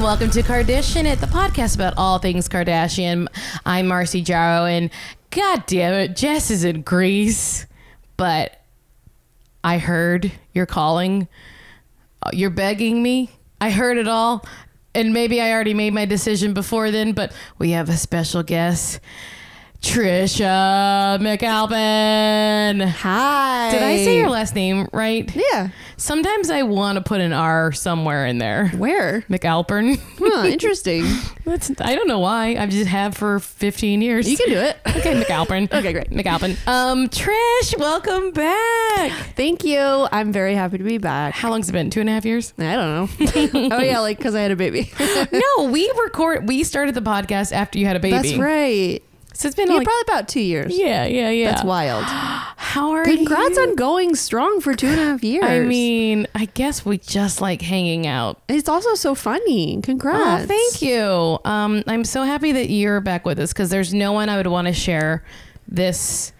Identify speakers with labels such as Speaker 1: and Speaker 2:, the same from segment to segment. Speaker 1: welcome to Kardashian at the podcast about all things Kardashian. I'm Marcy Jarrow, and God damn it, Jess is in Greece, but I heard you're calling, Uh, you're begging me. I heard it all, and maybe I already made my decision before then. But we have a special guest, Trisha McAlpin.
Speaker 2: Hi.
Speaker 1: Did I say your last name right?
Speaker 2: Yeah.
Speaker 1: Sometimes I want to put an R somewhere in there.
Speaker 2: Where?
Speaker 1: McAlpern.
Speaker 2: Huh, interesting.
Speaker 1: That's, I don't know why. I just have for 15 years.
Speaker 2: You can do it.
Speaker 1: okay, McAlpern.
Speaker 2: Okay, great.
Speaker 1: McAlpin. Um, Trish, welcome back.
Speaker 2: Thank you. I'm very happy to be back.
Speaker 1: How long's it been? Two and a half years?
Speaker 2: I don't know. oh yeah, like because I had a baby.
Speaker 1: no, we record. We started the podcast after you had a baby.
Speaker 2: That's right.
Speaker 1: So it's been
Speaker 2: yeah,
Speaker 1: like,
Speaker 2: probably about two years.
Speaker 1: yeah, yeah, yeah.
Speaker 2: That's wild.
Speaker 1: How are you?
Speaker 2: Congrats on going strong for two and a half years.
Speaker 1: I mean, I guess we just like hanging out.
Speaker 2: it's also so funny. Congrats.
Speaker 1: Oh, thank you. Um, I'm so happy that you're back with us because there's no one I would want to share this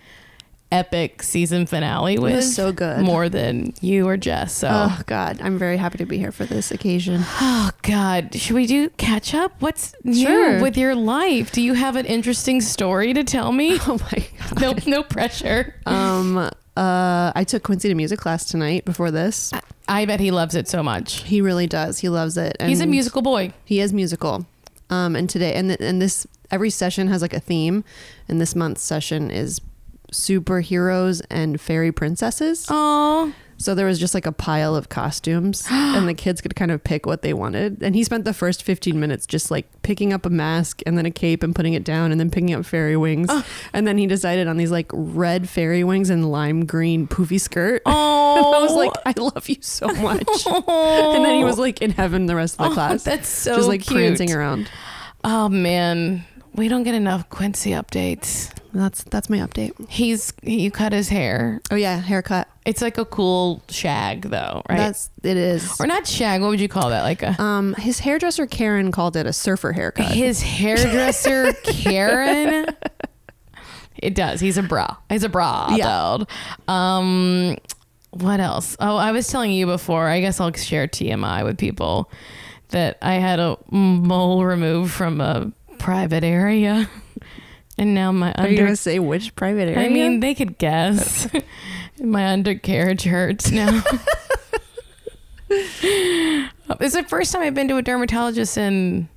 Speaker 1: epic season finale with.
Speaker 2: was so good.
Speaker 1: More than you or Jess. So.
Speaker 2: Oh God, I'm very happy to be here for this occasion.
Speaker 1: Oh God! Should we do catch up? What's
Speaker 2: Sure.
Speaker 1: new with your life? Do you have an interesting story to tell me?
Speaker 2: Oh my God.
Speaker 1: no, no pressure.
Speaker 2: Um. Uh. I took Quincy to music class tonight before this.
Speaker 1: I bet he loves it so much.
Speaker 2: He really does. He loves it.
Speaker 1: He's a
Speaker 2: and-
Speaker 1: musical boy.
Speaker 2: He is musical. Um, and today, and th- and this every session has like a theme, and this month's session is superheroes and fairy princesses.
Speaker 1: Oh,
Speaker 2: So there was just like a pile of costumes, and the kids could kind of pick what they wanted. And he spent the first fifteen minutes just like picking up a mask and then a cape and putting it down, and then picking up fairy wings. And then he decided on these like red fairy wings and lime green poofy skirt. and I was like, I love you so much. And then he was like in heaven the rest of the
Speaker 1: Oh,
Speaker 2: class.
Speaker 1: that's so
Speaker 2: just like
Speaker 1: cute.
Speaker 2: prancing around.
Speaker 1: oh man, we don't get enough Quincy updates.
Speaker 2: That's that's my update.
Speaker 1: He's he cut his hair.
Speaker 2: Oh yeah, haircut.
Speaker 1: It's like a cool shag though, right?
Speaker 2: That's it is.
Speaker 1: or not shag. What would you call that? Like a
Speaker 2: Um, his hairdresser Karen called it a surfer haircut.
Speaker 1: his hairdresser Karen. It does. He's a bra. He's a bra
Speaker 2: Yeah.
Speaker 1: dude. Um, what else? Oh, I was telling you before. I guess I'll share TMI with people that I had a mole removed from a private area, and now my
Speaker 2: Are you
Speaker 1: under.
Speaker 2: gonna say which private area?
Speaker 1: I mean, they could guess. my undercarriage hurts now. it's the first time I've been to a dermatologist in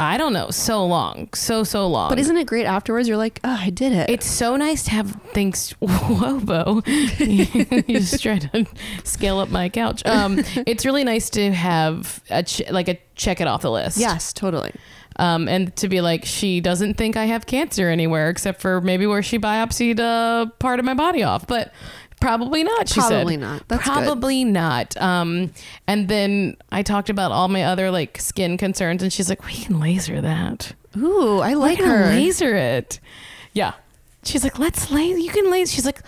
Speaker 1: I don't know so long, so so long.
Speaker 2: but isn't it great afterwards? You're like, oh, I did it.
Speaker 1: It's so nice to have things. Whoa, Bo. you just try to scale up my couch. Um, it's really nice to have a ch- like a check it off the list.
Speaker 2: yes, totally.
Speaker 1: Um, and to be like, she doesn't think I have cancer anywhere except for maybe where she biopsied a part of my body off, but probably not. She
Speaker 2: Probably
Speaker 1: said.
Speaker 2: not. That's good.
Speaker 1: probably not. Um, and then I talked about all my other like skin concerns, and she's like, we can laser that.
Speaker 2: Ooh, I like
Speaker 1: I can
Speaker 2: her.
Speaker 1: laser it. Yeah. She's like, let's laser. You can laser. She's like,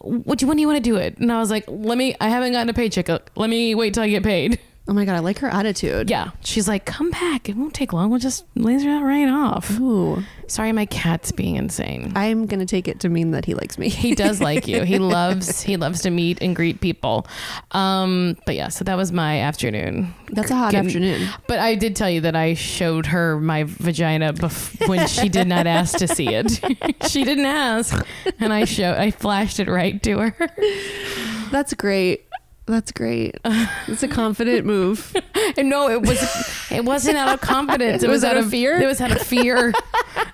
Speaker 1: what do you, when do you want to do it? And I was like, let me, I haven't gotten a paycheck. uh, Let me wait till I get paid.
Speaker 2: Oh my god, I like her attitude.
Speaker 1: Yeah. She's like, come back. It won't take long. We'll just laser that right off.
Speaker 2: Ooh,
Speaker 1: Sorry, my cat's being insane.
Speaker 2: I'm gonna take it to mean that he likes me.
Speaker 1: He does like you. He loves he loves to meet and greet people. Um, but yeah, so that was my afternoon.
Speaker 2: That's a hot
Speaker 1: Getting-
Speaker 2: afternoon.
Speaker 1: But I did tell you that I showed her my vagina bef- when she did not ask to see it. she didn't ask, and I showed I flashed it right to her.
Speaker 2: That's great. That's great. It's a confident move.
Speaker 1: And no, it was it wasn't out of confidence. It was, out of
Speaker 2: fear?
Speaker 1: It was out of fear.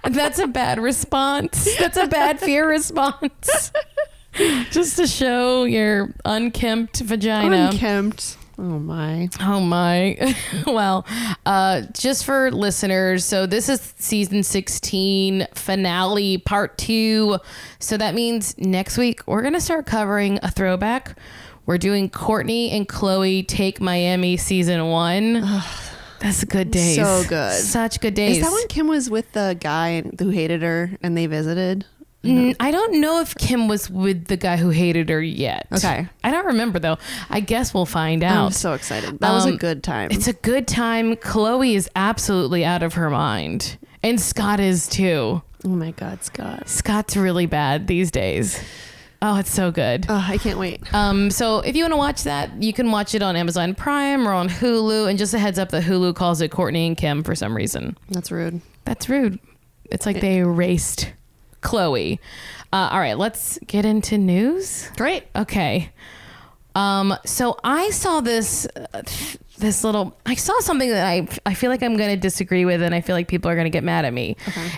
Speaker 1: That's a bad response. That's a bad fear response. Just to show your unkempt vagina.
Speaker 2: Unkempt. Oh my.
Speaker 1: Oh my. well, uh, just for listeners, so this is season 16 finale part two. So that means next week we're going to start covering a throwback. We're doing Courtney and Chloe Take Miami season one. That's good days.
Speaker 2: So good.
Speaker 1: Such good days.
Speaker 2: Is that when Kim was with the guy who hated her and they visited?
Speaker 1: Mm, I don't know if Kim was with the guy who hated her yet.
Speaker 2: Okay.
Speaker 1: I don't remember though. I guess we'll find out.
Speaker 2: I'm so excited. That was a
Speaker 1: Um,
Speaker 2: good time.
Speaker 1: It's a good time. Chloe is absolutely out of her mind. And Scott is too.
Speaker 2: oh my God, Scott.
Speaker 1: Scott's really bad these days. Oh, it's so good.
Speaker 2: Oh, I can't wait.
Speaker 1: Um, so if you want to watch that, you can watch it on Amazon Prime or on Hulu. And just a heads up that Hulu calls it Courtney and Kim for some reason.
Speaker 2: That's rude.
Speaker 1: That's rude. It's like they erased Chloe. Uh, all right, let's get into news.
Speaker 2: Great.
Speaker 1: Okay. Um, so I saw this uh, this little I saw something that I I feel like I'm going to disagree with and I feel like people are going to get mad at me.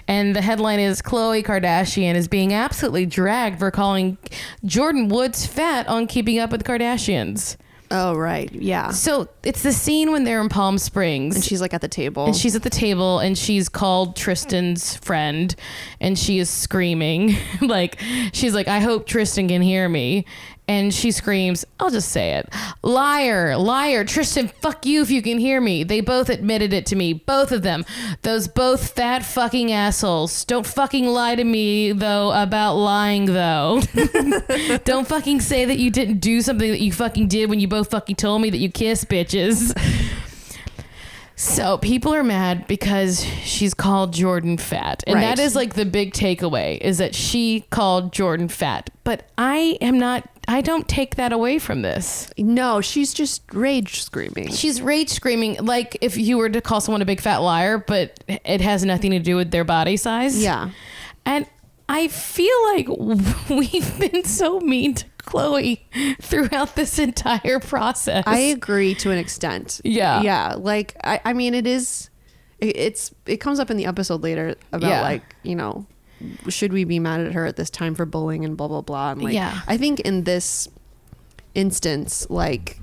Speaker 1: And the headline is Khloe Kardashian is being absolutely dragged for calling Jordan Woods fat on keeping up with the Kardashians.
Speaker 2: Oh, right. Yeah.
Speaker 1: So it's the scene when they're in Palm Springs.
Speaker 2: And she's like at the table.
Speaker 1: And she's at the table and she's called Tristan's friend and she is screaming. like, she's like, I hope Tristan can hear me. And she screams, I'll just say it. Liar, liar, Tristan, fuck you if you can hear me. They both admitted it to me, both of them. Those both fat fucking assholes. Don't fucking lie to me, though, about lying, though. Don't fucking say that you didn't do something that you fucking did when you both fucking told me that you kiss bitches. So people are mad because she's called Jordan fat. And
Speaker 2: Right.
Speaker 1: that is like the big takeaway is that she called Jordan fat. But I am not I don't take that away from this.
Speaker 2: no, she's just rage screaming.
Speaker 1: She's rage screaming like if you were to call someone a big fat liar, but it has nothing to do with their body size.
Speaker 2: Yeah.
Speaker 1: And I feel like we've been so mean to Chloe throughout this entire process.
Speaker 2: I agree to an extent.
Speaker 1: Yeah.
Speaker 2: Yeah. Like, I, I mean, it is, it, it's, it comes up in the episode later about
Speaker 1: Yeah.
Speaker 2: like, you know, should we be mad at her at this time for bullying and blah, blah, blah. And like,
Speaker 1: Yeah.
Speaker 2: I think in this instance, like,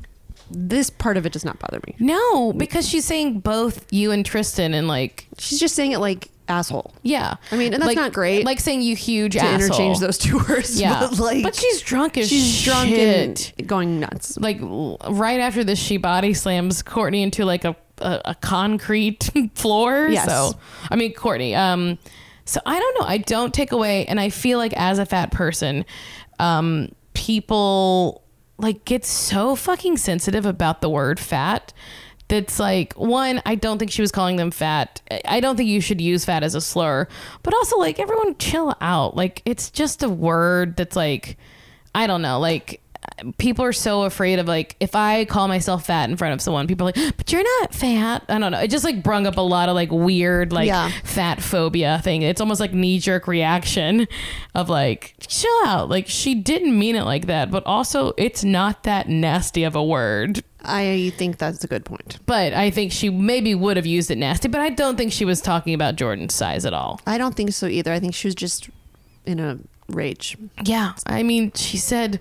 Speaker 2: this part of it does not bother me.
Speaker 1: no, because she's saying both you and Tristan and like
Speaker 2: She's just saying it like asshole.
Speaker 1: Yeah.
Speaker 2: I mean, and that's
Speaker 1: Like-
Speaker 2: not great.
Speaker 1: Like saying you huge
Speaker 2: to
Speaker 1: asshole.
Speaker 2: interchange those two words.
Speaker 1: Yeah.
Speaker 2: But like,
Speaker 1: But she's drunk as
Speaker 2: she's
Speaker 1: shit.
Speaker 2: drunk and going nuts.
Speaker 1: like l- right after this, she body slams Courtney into like a a, a concrete floor.
Speaker 2: Yes.
Speaker 1: So I mean Courtney. Um. So I don't know. I don't take away, and I feel like as a fat person, um, people like get so fucking sensitive about the word fat. That's like one. I don't think she was calling them fat. I- I don't think you should use fat as a slur. But also, like everyone, chill out. Like it's just a word that's like, I don't know. Like people are so afraid of like if I call myself fat in front of someone, people are like, but you're not fat. I don't know. It just like brung up a lot of like weird like
Speaker 2: Yeah.
Speaker 1: fat phobia thing. It's almost like knee jerk reaction of like chill out. Like she didn't mean it like that, but also it's not that nasty of a word.
Speaker 2: I think that's a good point.
Speaker 1: But I think she maybe would have used it nasty, but I don't think she was talking about Jordan's size at all.
Speaker 2: I don't think so either. I think she was just in a rage.
Speaker 1: Yeah. I mean, she said,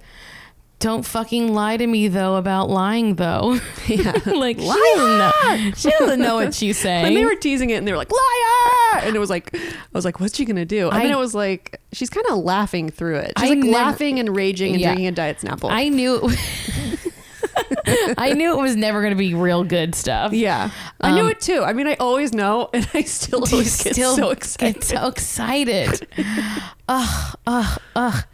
Speaker 1: don't fucking lie to me though about lying though.
Speaker 2: Yeah.
Speaker 1: like she doesn't know. She doesn't know what she's saying.
Speaker 2: And they were teasing it and they were like, liar! And it was like, I was like, what's she going to do? And
Speaker 1: I-
Speaker 2: then it was like, she's kind of laughing through it.
Speaker 1: I
Speaker 2: She's like
Speaker 1: never-
Speaker 2: laughing and raging and
Speaker 1: Yeah.
Speaker 2: drinking a Diet Snapple.
Speaker 1: I knew. It I knew it was never going to be real good stuff.
Speaker 2: yeah. I knew
Speaker 1: Um,
Speaker 2: it too. I mean, I always know and I still
Speaker 1: You
Speaker 2: always get
Speaker 1: still
Speaker 2: so excited.
Speaker 1: Get so excited. ugh, ugh, ugh.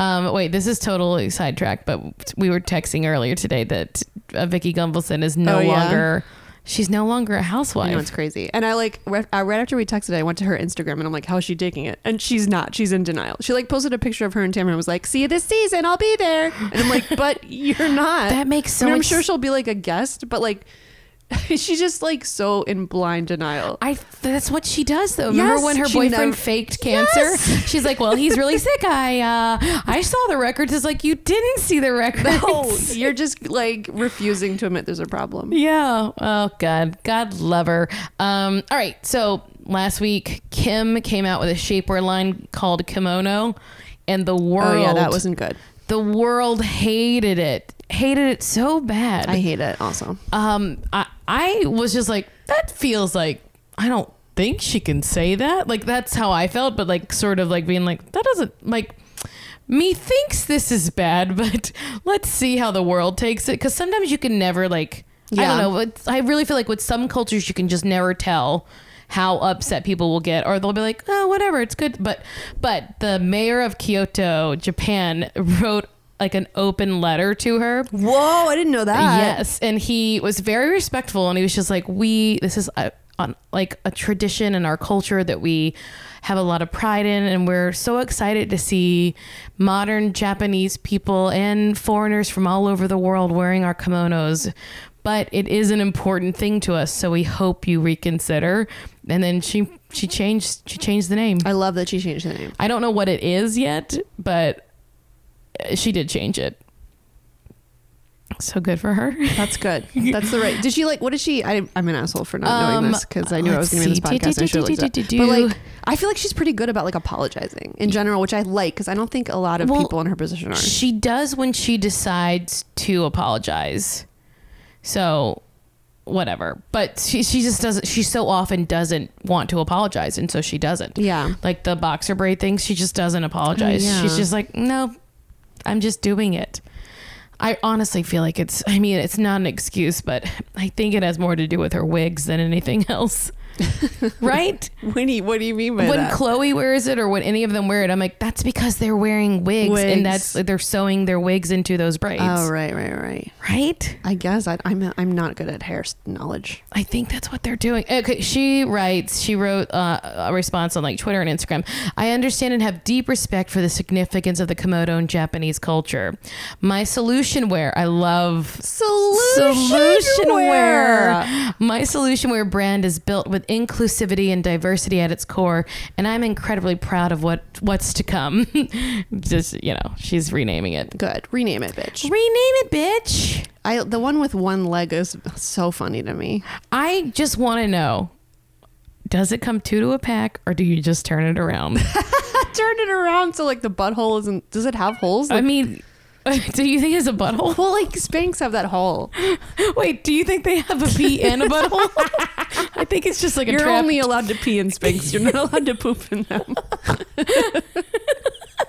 Speaker 1: Um, wait, this is totally sidetracked, but we were texting earlier today that uh, Vicky Gumbelson is no
Speaker 2: Oh, yeah?
Speaker 1: longer. She's no longer a
Speaker 2: I know it's
Speaker 1: housewife.
Speaker 2: crazy. And I like right, uh, right after we texted, I went to her Instagram and I'm like, "How's she taking it?" And she's not. She's in denial. She like posted a picture of her and Tamara and was like, "See you this season. I'll be there." And I'm like, "But you're not."
Speaker 1: That makes
Speaker 2: I
Speaker 1: so
Speaker 2: mean, I'm
Speaker 1: much
Speaker 2: sure she'll be like a guest, but like, she's just like so in blind denial.
Speaker 1: I that's what she does though. Remember
Speaker 2: Yes,
Speaker 1: when her
Speaker 2: she
Speaker 1: boyfriend
Speaker 2: never-
Speaker 1: faked cancer?
Speaker 2: Yes.
Speaker 1: She's like, "Well, he's really sick. I uh, I saw the records." It's like you didn't see the records.
Speaker 2: No, you're just like refusing to admit there's a problem.
Speaker 1: Yeah. Oh God. God love her. Um, all right. So last week, Kim came out with a shapewear line called kimono, and the world
Speaker 2: Oh yeah, that wasn't good.
Speaker 1: the world hated it. Hated it so bad.
Speaker 2: I hate it. Also,
Speaker 1: um, I I was just like that feels like I don't think she can say that. Like that's how I felt, but like sort of like being like that doesn't like me thinks this is bad, but let's see how the world takes it. Because sometimes you can never like I
Speaker 2: Yeah.
Speaker 1: don't know. It's, I really feel like with some cultures you can just never tell how upset people will get, or they'll be like, oh, whatever, it's good. But but the mayor of Kyoto, Japan, wrote like an open letter to her
Speaker 2: whoa, I didn't know that.
Speaker 1: Yes, and he was very respectful, and he was just like, "We, this is a, on, like a tradition in our culture that we have a lot of pride in. And we're so excited to see modern Japanese people and foreigners from all over the world wearing our kimonos. But it is an important thing to us, so we hope you reconsider. And then she she changed she changed the name.
Speaker 2: I love that she changed the name.
Speaker 1: I don't know what it is yet, but she did change it. So good for her.
Speaker 2: That's good. That's the right. Did she like? What did she? I, I'm an asshole for not knowing
Speaker 1: Um,
Speaker 2: this because I knew I was
Speaker 1: let's
Speaker 2: going to be in this
Speaker 1: see.
Speaker 2: podcast. and I should've looked it up.
Speaker 1: Do-do-do-do-do-do-do.
Speaker 2: But like, I feel like she's pretty good about like apologizing in general, which I like because I don't think a lot of
Speaker 1: Well,
Speaker 2: people in her position are.
Speaker 1: She does when she decides to apologize. So, whatever. But she, she just doesn't, she so often doesn't want to apologize. And so she doesn't.
Speaker 2: Yeah.
Speaker 1: Like the boxer braid thing, she just doesn't apologize.
Speaker 2: Oh, yeah.
Speaker 1: She's just like, no, I'm just doing it. I honestly feel like it's, I mean, it's not an excuse, but I think it has more to do with her wigs than anything else. right?
Speaker 2: What do you, what do you mean by
Speaker 1: when
Speaker 2: that?
Speaker 1: Chloe wears it or when any of them wear it, I'm like, that's because they're wearing wigs,
Speaker 2: Wigs.
Speaker 1: and that's they're sewing their wigs into those braids,
Speaker 2: oh right, right, right.
Speaker 1: right?
Speaker 2: I guess I, I'm I'm not good at hair s- knowledge.
Speaker 1: I think that's what they're doing. Okay, she writes, she wrote uh, a response on like Twitter and Instagram. I understand and have deep respect for the significance of the Komodo in Japanese culture. My solution wear, I love solution wear. My solution wear brand is built with inclusivity and diversity at its core, and I'm incredibly proud of what what's to come. Just you know, she's renaming it.
Speaker 2: Good. Rename it, bitch.
Speaker 1: Rename it, bitch.
Speaker 2: I the one with one leg is so funny to me.
Speaker 1: I just want to know does it come two to a pack or do you just turn it around?
Speaker 2: Turn it around so like the butthole isn't. Does it have holes?
Speaker 1: I mean, do you think it's a butthole?
Speaker 2: well, like Spanx have that hole.
Speaker 1: Wait, do you think they have a pee and a butthole? I think it's just like a
Speaker 2: You're
Speaker 1: trap.
Speaker 2: only allowed to pee in Spanx. You're not allowed to poop in them.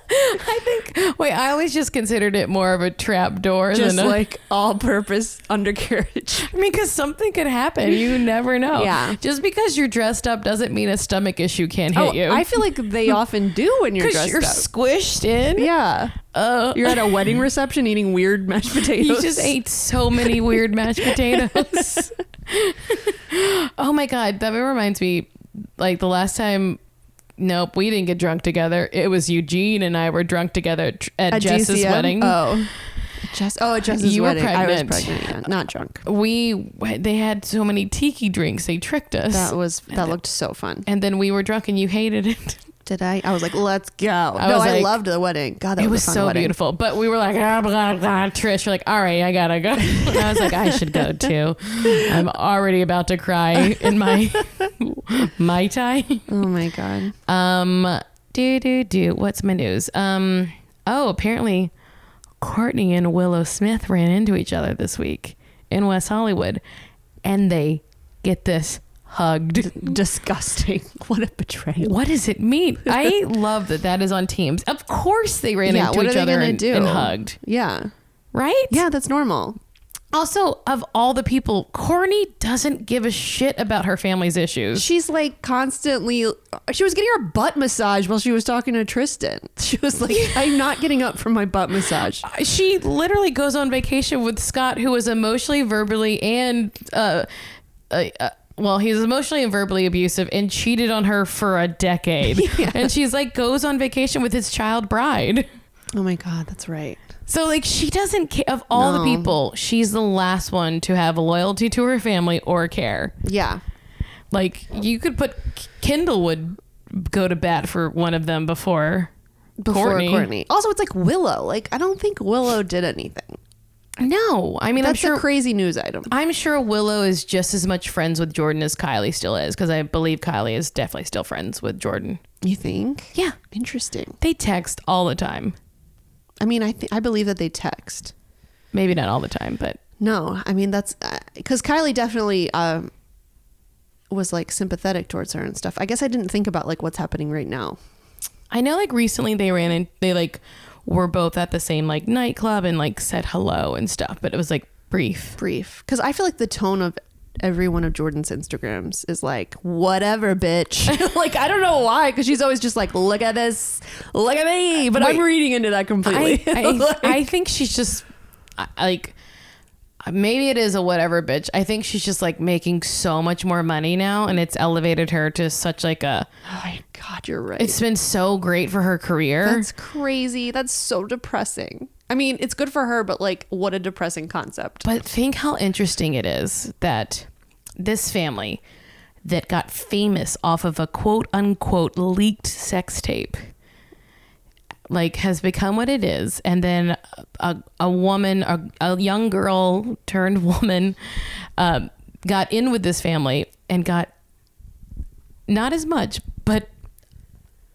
Speaker 1: I think. Wait, I always just considered it more of a trap door
Speaker 2: Just
Speaker 1: than a.
Speaker 2: like all-purpose undercarriage.
Speaker 1: I mean, because something could happen. You never know.
Speaker 2: Yeah.
Speaker 1: Just because you're dressed up doesn't mean a stomach issue can't hit
Speaker 2: Oh,
Speaker 1: you.
Speaker 2: I feel like they often do when you're
Speaker 1: because
Speaker 2: dressed
Speaker 1: you're
Speaker 2: up.
Speaker 1: squished in.
Speaker 2: yeah,
Speaker 1: Uh,
Speaker 2: you're at a wedding reception eating weird mashed potatoes.
Speaker 1: You just ate so many weird mashed potatoes. oh my god, that reminds me. Like the last time, nope, we didn't get drunk together. It was Eugene and I were drunk together at, at
Speaker 2: at
Speaker 1: Jess's
Speaker 2: GCM?
Speaker 1: wedding.
Speaker 2: Oh, Jess. Oh, at Jess's
Speaker 1: You were
Speaker 2: wedding. I was
Speaker 1: pregnant.
Speaker 2: pregnant. Yeah. Not drunk.
Speaker 1: We they had so many tiki drinks. They tricked us,
Speaker 2: That was that looked so fun.
Speaker 1: and then we were drunk, and you hated it.
Speaker 2: Did I? I was like, let's go.
Speaker 1: I
Speaker 2: no,
Speaker 1: was
Speaker 2: I
Speaker 1: like-
Speaker 2: loved the wedding. God, that
Speaker 1: it
Speaker 2: was,
Speaker 1: was
Speaker 2: a fun
Speaker 1: so
Speaker 2: wedding.
Speaker 1: beautiful. But we were like, ah, blah, blah, Trish, you're like, all right, I gotta go. And I was like, I should go too. I'm already about to cry in my my tie.
Speaker 2: Oh my god.
Speaker 1: Um, do do do. What's my news? Um, oh, apparently, Courtney and Willow Smith ran into each other this week in West Hollywood, and they get this hugged.
Speaker 2: Disgusting. What a betrayal.
Speaker 1: What does it mean? I love that that is on teams. Of course, they ran
Speaker 2: yeah,
Speaker 1: into
Speaker 2: what are
Speaker 1: each
Speaker 2: they
Speaker 1: other
Speaker 2: gonna
Speaker 1: and,
Speaker 2: do?
Speaker 1: and hugged,
Speaker 2: Yeah.
Speaker 1: right?
Speaker 2: Yeah, that's normal.
Speaker 1: Also, of all the people, Courtney doesn't give a shit about her family's issues.
Speaker 2: She's like constantly. uh, She was getting her butt massage while she was talking to Tristan. She was like, "I'm not getting up from my butt massage."
Speaker 1: She literally goes on vacation with Scott, who is emotionally, verbally, and uh, uh, uh, well, he's emotionally and verbally abusive and cheated on her for a decade. And she's like goes on vacation with his child bride.
Speaker 2: Oh my god, that's right.
Speaker 1: So like she doesn't care of all the
Speaker 2: No.
Speaker 1: people, she's the last one to have loyalty to her family or care.
Speaker 2: Yeah,
Speaker 1: Like you could put Kendall would go to bat for one of them before
Speaker 2: before
Speaker 1: Courtney.
Speaker 2: Courtney. Also, it's like Willow. Like, I don't think Willow did anything.
Speaker 1: No, I mean I'm
Speaker 2: That's
Speaker 1: sure
Speaker 2: a crazy news item.
Speaker 1: I'm sure Willow is just as much friends with Jordan as Kylie still is because I believe Kylie is definitely still friends with Jordan.
Speaker 2: You think?
Speaker 1: Yeah,
Speaker 2: Interesting.
Speaker 1: they text all the time.
Speaker 2: I mean, I th- I believe that they text.
Speaker 1: Maybe not all the time, but
Speaker 2: No, I mean that's because Kylie definitely um, was like sympathetic towards her and stuff. I guess I didn't think about like what's happening right now.
Speaker 1: I know like recently they ran in they like were both at the same like nightclub and like said hello and stuff, but it was like brief.
Speaker 2: Brief, because I feel like the tone of every one of Jordan's Instagrams is like whatever, bitch. like I don't know why, because she's always just like look at this, look at me. But I'm
Speaker 1: Wait.
Speaker 2: reading into that completely.
Speaker 1: I, I,
Speaker 2: Like,
Speaker 1: I think she's just I- like maybe it is a whatever bitch. I think she's just like making so much more money now and it's elevated her to such like a
Speaker 2: Oh my god, you're right.
Speaker 1: it's been so great for her career.
Speaker 2: That's crazy. That's so depressing. I mean, it's good for her, but like, what a depressing concept.
Speaker 1: But think how interesting it is that this family that got famous off of a quote unquote leaked sex tape like has become what it is and then a, a woman a, a young girl turned woman um, got in with this family and got not as much but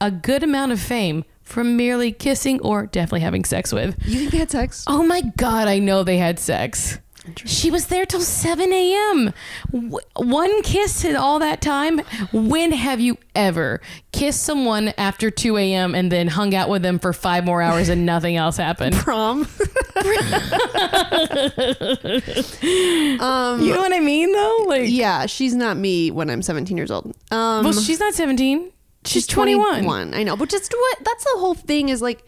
Speaker 1: a good amount of fame from merely kissing or definitely having sex with
Speaker 2: You think they had sex?
Speaker 1: Oh my God, I know they had sex. She was there till 7 a.m. W- one kiss in all that time. When have you ever kissed someone after 2 a.m. and then hung out with them for five more hours and nothing else happened?
Speaker 2: Prom. um,
Speaker 1: You know what I mean, though? Like,
Speaker 2: yeah, she's not me when I'm 17 years old. Um,
Speaker 1: well, she's not 17. She's, 21.
Speaker 2: I know, but just what that's the whole thing is like.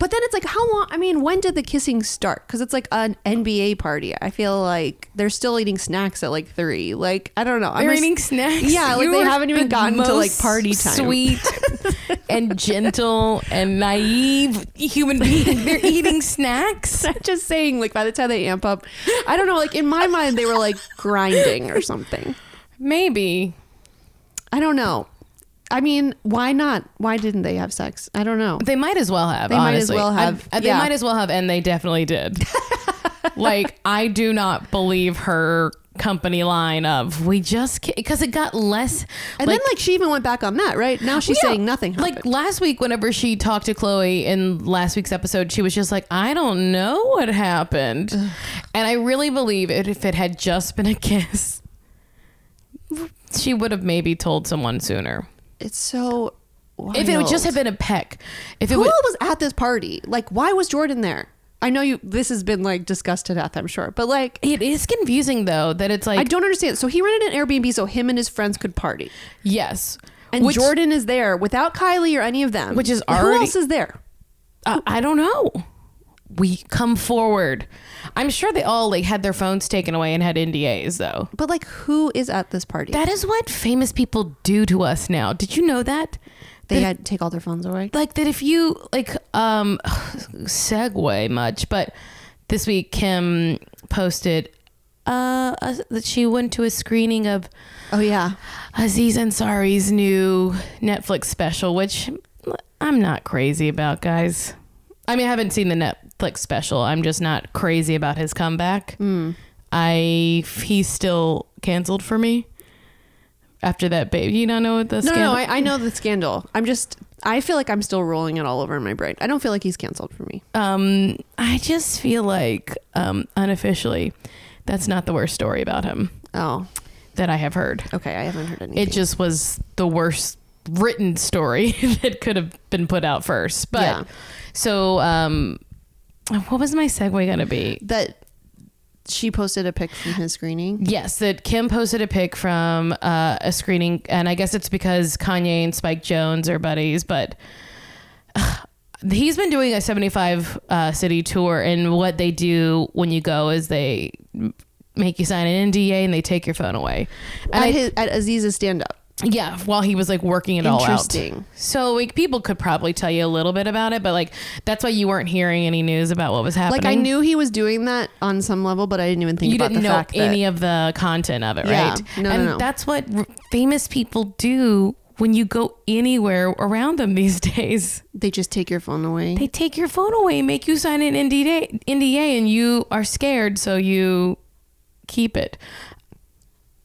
Speaker 2: But then it's like, how long? I mean, when did the kissing start? Because it's like an NBA party. I feel like they're still eating snacks at like three. Like I don't know. I'm
Speaker 1: They're
Speaker 2: just-
Speaker 1: eating snacks.
Speaker 2: Yeah, like
Speaker 1: You
Speaker 2: they
Speaker 1: are
Speaker 2: haven't even
Speaker 1: the
Speaker 2: gotten to like
Speaker 1: most
Speaker 2: party time.
Speaker 1: Sweet and gentle and naive human being. They're eating snacks.
Speaker 2: I'm just saying, like by the time they amp up, I don't know. Like in my mind, they were like grinding or something.
Speaker 1: Maybe.
Speaker 2: I don't know. I mean, why not? Why didn't they have sex? I don't know.
Speaker 1: They might as well have.
Speaker 2: They might as
Speaker 1: honestly.
Speaker 2: well have,
Speaker 1: I- I- they
Speaker 2: yeah.
Speaker 1: might as well have, and they definitely did. like I do not believe her company line of we just because it got less.
Speaker 2: And then like she even went back on that, right? Now she's
Speaker 1: Yeah.
Speaker 2: saying nothing. Happened.
Speaker 1: Like last week, whenever she talked to Chloe in last week's episode, she was just like, I don't know what happened. And I really believe it, if it had just been a kiss, she would have maybe told someone sooner.
Speaker 2: it's so. Wild.
Speaker 1: If it would just have been a peck. If it
Speaker 2: Who
Speaker 1: would,
Speaker 2: all was at this party? Like, why was Jordan there? I know you. This has been like discussed to death, I'm sure. But like,
Speaker 1: it is confusing though that it's like
Speaker 2: I don't understand. So he rented an Airbnb so him and his friends could party,
Speaker 1: Yes.
Speaker 2: and
Speaker 1: Which-
Speaker 2: Jordan is there without Kylie or any of them.
Speaker 1: Which is
Speaker 2: who
Speaker 1: already-
Speaker 2: else is there?
Speaker 1: I, uh, I don't know. We come forward. I'm sure they all like had their phones taken away and had NDAs though.
Speaker 2: But like, who is at this party?
Speaker 1: That is what famous people do to us now. Did you know that?
Speaker 2: they had to take all their phones away.
Speaker 1: Like that if you like um segue much, but this week Kim posted uh, uh that she went to a screening of
Speaker 2: Oh yeah,
Speaker 1: Aziz Ansari's new Netflix special, which I'm not crazy about, guys. I mean, I haven't seen the Netflix special. I'm just not crazy about his comeback.
Speaker 2: Hmm.
Speaker 1: I he's still canceled for me after that baby. You don't know what the
Speaker 2: no,
Speaker 1: scandal-
Speaker 2: no, I, I know the scandal. I'm just, I feel like I'm still rolling it all over in my brain. I don't feel like he's canceled for me.
Speaker 1: um, I just feel like um, unofficially, that's not the worst story about him
Speaker 2: Oh,
Speaker 1: that I have heard.
Speaker 2: okay, I haven't heard anything.
Speaker 1: It just was the worst written story that could have been put out first. But
Speaker 2: Yeah.
Speaker 1: so, um, what was my segue going to be?
Speaker 2: that she posted a pic from his screening.
Speaker 1: Yes, that Kim posted a pic from uh, a screening, and I guess it's because Kanye and Spike Jones are buddies, but. He's been doing a 75 uh, city tour, and what they do when you go is they make you sign an NDA and they take your phone away. And
Speaker 2: At,
Speaker 1: I-
Speaker 2: his, at Aziz's stand up.
Speaker 1: Yeah, while he was like working it all out.
Speaker 2: Interesting.
Speaker 1: So like people could probably tell you a little bit about it, but like that's why you weren't hearing any news about what was happening.
Speaker 2: Like I knew he was doing that on some level, but I didn't even think
Speaker 1: you
Speaker 2: about
Speaker 1: didn't
Speaker 2: the
Speaker 1: know
Speaker 2: fact
Speaker 1: any of the content of it,
Speaker 2: Yeah.
Speaker 1: right?
Speaker 2: No, no,
Speaker 1: and
Speaker 2: no.
Speaker 1: that's what r- famous people do when you go anywhere around them these days.
Speaker 2: that they just take your phone away.
Speaker 1: They take your phone away, make you sign an NDA, NDA and you are scared, so you keep it.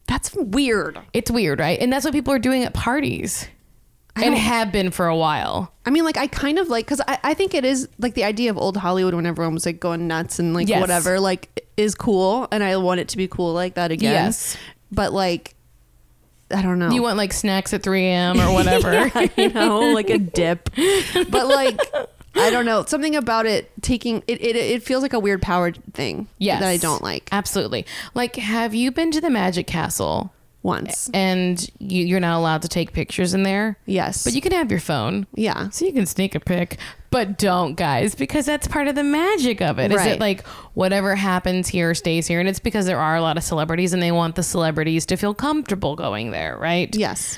Speaker 2: That's weird.
Speaker 1: It's weird, right? And that's what people are doing at parties. And have been for a while.
Speaker 2: I mean, like I kind of like because I, I think it is like the idea of old Hollywood when everyone was like going nuts and like
Speaker 1: Yes.
Speaker 2: whatever like is cool, and I want it to be cool like that again.
Speaker 1: Yes.
Speaker 2: but like I don't know.
Speaker 1: You want like snacks at 3 a.m. or whatever.
Speaker 2: you know, like a dip. But like, I don't know. Something about it taking it, it, it feels like a weird power thing
Speaker 1: Yes.
Speaker 2: that I don't like.
Speaker 1: Absolutely. Like, have you been to the Magic Castle
Speaker 2: once.
Speaker 1: and you, you're not allowed to take pictures in there.
Speaker 2: Yes.
Speaker 1: But you can have your phone,
Speaker 2: yeah.
Speaker 1: so you can sneak a pic. But don't, guys, because that's part of the magic of it. Is
Speaker 2: Right.
Speaker 1: it like whatever happens here stays here, and it's because there are a lot of celebrities, and they want the celebrities to feel comfortable going there, right?
Speaker 2: Yes.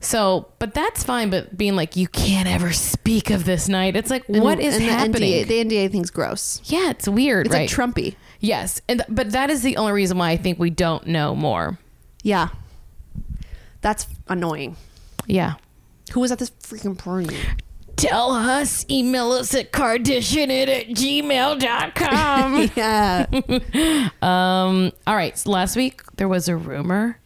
Speaker 1: So, but that's fine. But being like, you can't ever speak of this night. It's like, what is
Speaker 2: and
Speaker 1: happening?
Speaker 2: The NDA, the NDA thing's gross.
Speaker 1: yeah, it's weird,
Speaker 2: It's
Speaker 1: right?
Speaker 2: like Trumpy.
Speaker 1: yes, and th- but that is the only reason why I think we don't know more.
Speaker 2: Yeah. That's annoying.
Speaker 1: Yeah.
Speaker 2: Who was at this freaking party?
Speaker 1: Tell us, email us at carditionit at gmail.com.
Speaker 2: Yeah.
Speaker 1: um, all right. So last week, there was a rumor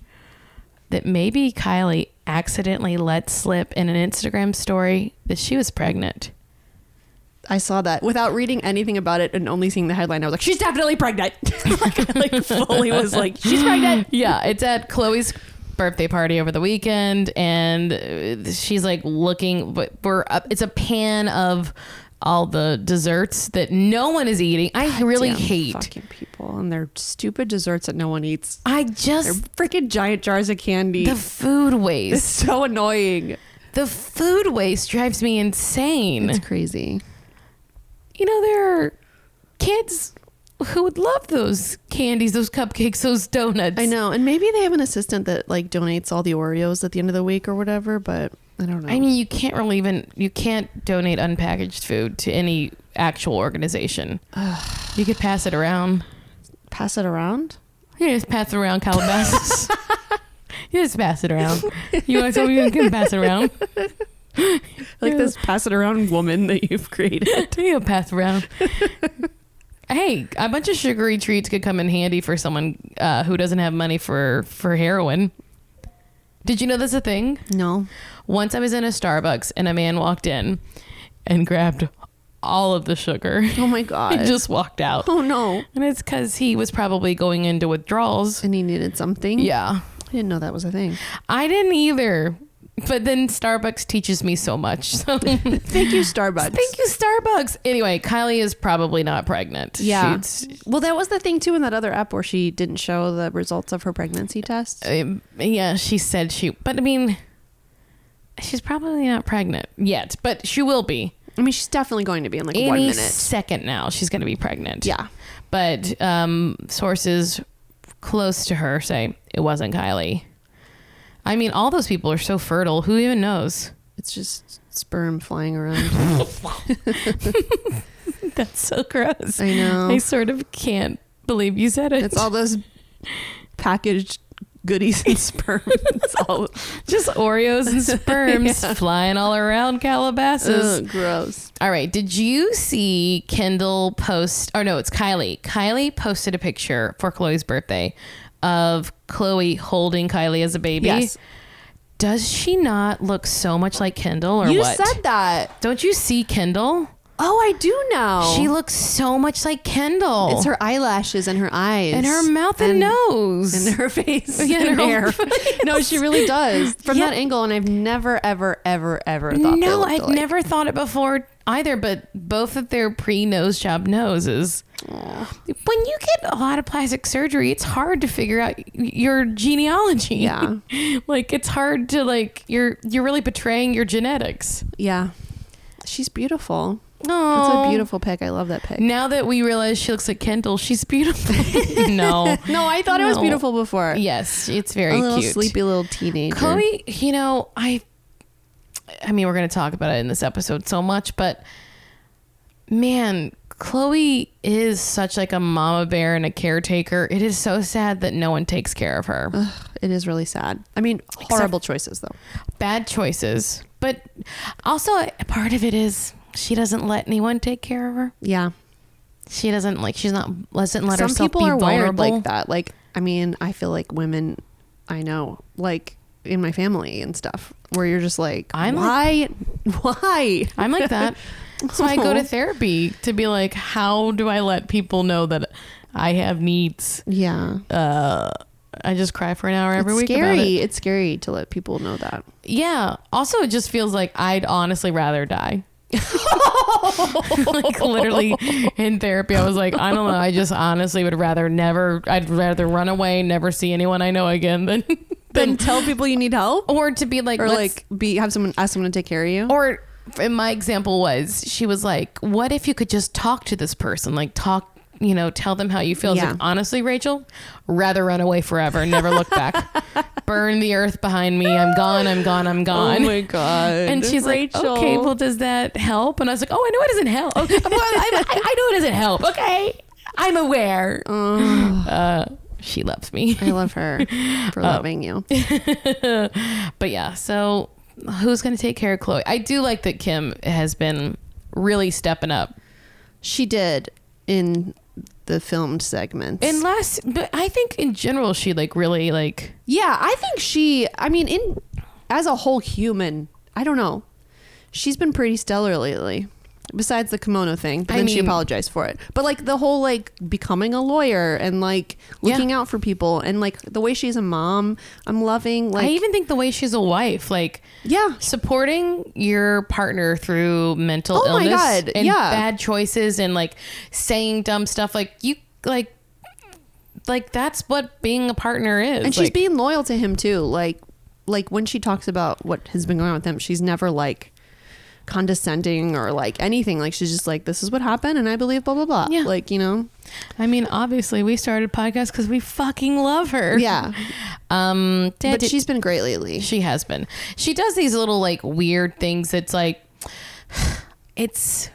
Speaker 1: that maybe Kylie accidentally let slip in an Instagram story that she was pregnant.
Speaker 2: I saw that without reading anything about it and only seeing the headline. I was like, she's definitely pregnant. like, I like fully was like, she's pregnant.
Speaker 1: yeah, it's at Chloe's birthday party over the weekend, and uh, she's like looking. But we're up. It's a pan of all the desserts that no one is eating. I really
Speaker 2: Damn
Speaker 1: hate.
Speaker 2: fucking people and their stupid desserts that no one eats.
Speaker 1: I
Speaker 2: They're
Speaker 1: just
Speaker 2: freaking giant jars of candy.
Speaker 1: the food
Speaker 2: it's
Speaker 1: waste.
Speaker 2: so annoying.
Speaker 1: The food waste drives me insane.
Speaker 2: It's crazy.
Speaker 1: you know there are kids who would love those candies, those cupcakes, those donuts.
Speaker 2: I know. And maybe they have an assistant that like donates all the Oreos at the end of the week or whatever, but I don't know.
Speaker 1: I mean, you can't really even you can't donate unpackaged food to any actual organization. You could pass it around.
Speaker 2: pass it around.
Speaker 1: You just pass it around Calabasas. you just pass it around. You want something you can pass it around.
Speaker 2: Like this pass it around woman that you've created.
Speaker 1: You can pass around. hey, a bunch of sugary treats could come in handy for someone uh, who doesn't have money for for heroin. Did you know that's a thing?
Speaker 2: No.
Speaker 1: Once I was in a Starbucks and a man walked in and grabbed all of the sugar.
Speaker 2: Oh my
Speaker 1: He
Speaker 2: god.
Speaker 1: just walked out.
Speaker 2: oh no.
Speaker 1: And it's because he was probably going into withdrawals.
Speaker 2: And he needed something.
Speaker 1: Yeah.
Speaker 2: I didn't know that was a thing.
Speaker 1: I didn't either. But then Starbucks teaches me so much. So thank
Speaker 2: Thank you, Starbucks.
Speaker 1: you, Starbucks. Anyway, Kylie is probably not pregnant.
Speaker 2: Yeah.
Speaker 1: She's-
Speaker 2: Well, that was the thing too in that other app where she didn't show the results of her pregnancy test.
Speaker 1: um, yeah, she said she, but I mean, she's probably not pregnant yet, but she will be.
Speaker 2: I mean, she's definitely going to be in like one
Speaker 1: Any
Speaker 2: minute.
Speaker 1: second now, she's going to be pregnant.
Speaker 2: Yeah.
Speaker 1: But um, sources close to her say it wasn't Kylie. I mean, all those people are so fertile. Who even knows?
Speaker 2: It's just sperm flying around.
Speaker 1: That's so gross.
Speaker 2: I know.
Speaker 1: I sort of can't believe you said it.
Speaker 2: It's all those packaged goodies and sperm. It's all
Speaker 1: just Oreos and sperms flying all around Calabasas.
Speaker 2: Ugh, gross.
Speaker 1: All right. Did you see Kendall post? Or no, it's Kylie. Kylie posted a picture for Chloe's birthday of Chloe holding Kylie as a baby.
Speaker 2: Yes.
Speaker 1: Does she not look so much like Kendall or
Speaker 2: you
Speaker 1: what?
Speaker 2: said that.
Speaker 1: Don't you see Kendall?
Speaker 2: Oh, I do know.
Speaker 1: She looks so much like Kendall.
Speaker 2: it's her eyelashes and her eyes
Speaker 1: and her mouth and, nose.
Speaker 2: and her face
Speaker 1: Yeah, and
Speaker 2: and
Speaker 1: her
Speaker 2: hair.
Speaker 1: whole
Speaker 2: No, she really does from
Speaker 1: Yeah.
Speaker 2: that angle. And I've never, ever, ever, ever thought. they
Speaker 1: no,
Speaker 2: looked
Speaker 1: I'd
Speaker 2: alike.
Speaker 1: never thought it before either, but both of their pre nose job noses. When you get a lot of plastic surgery, it's hard to figure out y- your genealogy.
Speaker 2: Yeah.
Speaker 1: like it's hard to like you're you're really betraying your genetics.
Speaker 2: Yeah, she's beautiful. That's
Speaker 1: Oh,
Speaker 2: a beautiful pic. I love that pic.
Speaker 1: Now that we realize she looks like Kendall, she's beautiful. no.
Speaker 2: No, I thought it was
Speaker 1: No.
Speaker 2: beautiful before.
Speaker 1: Yes, it's very
Speaker 2: a little
Speaker 1: cute.
Speaker 2: sleepy little teenager.
Speaker 1: Chloe, you know, I I mean, we're going to talk about it in this episode so much, but man, Chloe is such like a mama bear and a caretaker. It is so sad that no one takes care of her.
Speaker 2: Ugh, it is really sad. I mean, horrible choices though.
Speaker 1: Bad choices, but also a part of it is she doesn't let anyone take care of her.
Speaker 2: Yeah,
Speaker 1: She doesn't like she's not doesn't let
Speaker 2: some
Speaker 1: herself
Speaker 2: people
Speaker 1: be
Speaker 2: are
Speaker 1: vulnerable.
Speaker 2: wired like that. Like, I mean, I feel like women I know, like in my family and stuff, where you're just like,
Speaker 1: I'm
Speaker 2: why, why?
Speaker 1: I'm like that. So I go to therapy to be like, how do I let people know that I have needs?
Speaker 2: Yeah,
Speaker 1: uh, I just cry for an hour every
Speaker 2: it's
Speaker 1: week.
Speaker 2: scary.
Speaker 1: About it.
Speaker 2: It's scary to let people know that.
Speaker 1: Yeah. Also, it just feels like I'd honestly rather die. like literally in therapy, I was like, I don't know. I just honestly would rather never. I'd rather run away, never see anyone I know again than
Speaker 2: then tell people you need help
Speaker 1: or to be like
Speaker 2: or
Speaker 1: let's-
Speaker 2: like be have someone ask someone to take care of you. Oh
Speaker 1: or in my example was she was like what if you could just talk to this person like talk you know tell them how you feel It's
Speaker 2: Yeah.
Speaker 1: like, honestly rachel rather run away forever and never look back burn the earth behind me i'm gone i'm gone
Speaker 2: Oh
Speaker 1: i'm gone
Speaker 2: god!
Speaker 1: and she's like, okay, well, does that help? And I was like, oh, I know it doesn't help. Okay, well, I, I, I know it doesn't help. Okay, I'm aware. Uh, she loves me.
Speaker 2: I love her for loving you.
Speaker 1: But yeah, so who's going to take care of Chloe? I do like that Kim has been really stepping up.
Speaker 2: She did in the filmed segments.
Speaker 1: Unless, but I think in general, she like really like,
Speaker 2: yeah, I think she. I mean, in as a whole human, I don't know. She's been pretty stellar lately. Besides the kimono thing, but
Speaker 1: I
Speaker 2: then she
Speaker 1: mean-
Speaker 2: apologized for it. But like the whole like becoming a lawyer and like
Speaker 1: Yeah.
Speaker 2: looking out for people and like the way she's a mom, I'm loving. Like
Speaker 1: I even think the way she's a wife, like
Speaker 2: yeah,
Speaker 1: supporting your partner through mental
Speaker 2: Oh my
Speaker 1: illness
Speaker 2: God,
Speaker 1: and
Speaker 2: yeah.
Speaker 1: bad choices and like saying dumb stuff like you like like that's what being a partner is
Speaker 2: and she's
Speaker 1: Like,
Speaker 2: being loyal to him too like like when she talks about what has been going on with them she's never like condescending or like anything like she's just like this is what happened and i believe blah blah blah
Speaker 1: Yeah.
Speaker 2: like you know
Speaker 1: i mean obviously we started a podcast because we fucking love her
Speaker 2: yeah
Speaker 1: um
Speaker 2: but
Speaker 1: did-
Speaker 2: she's been great lately
Speaker 1: she has been she does these little like weird things it's like it's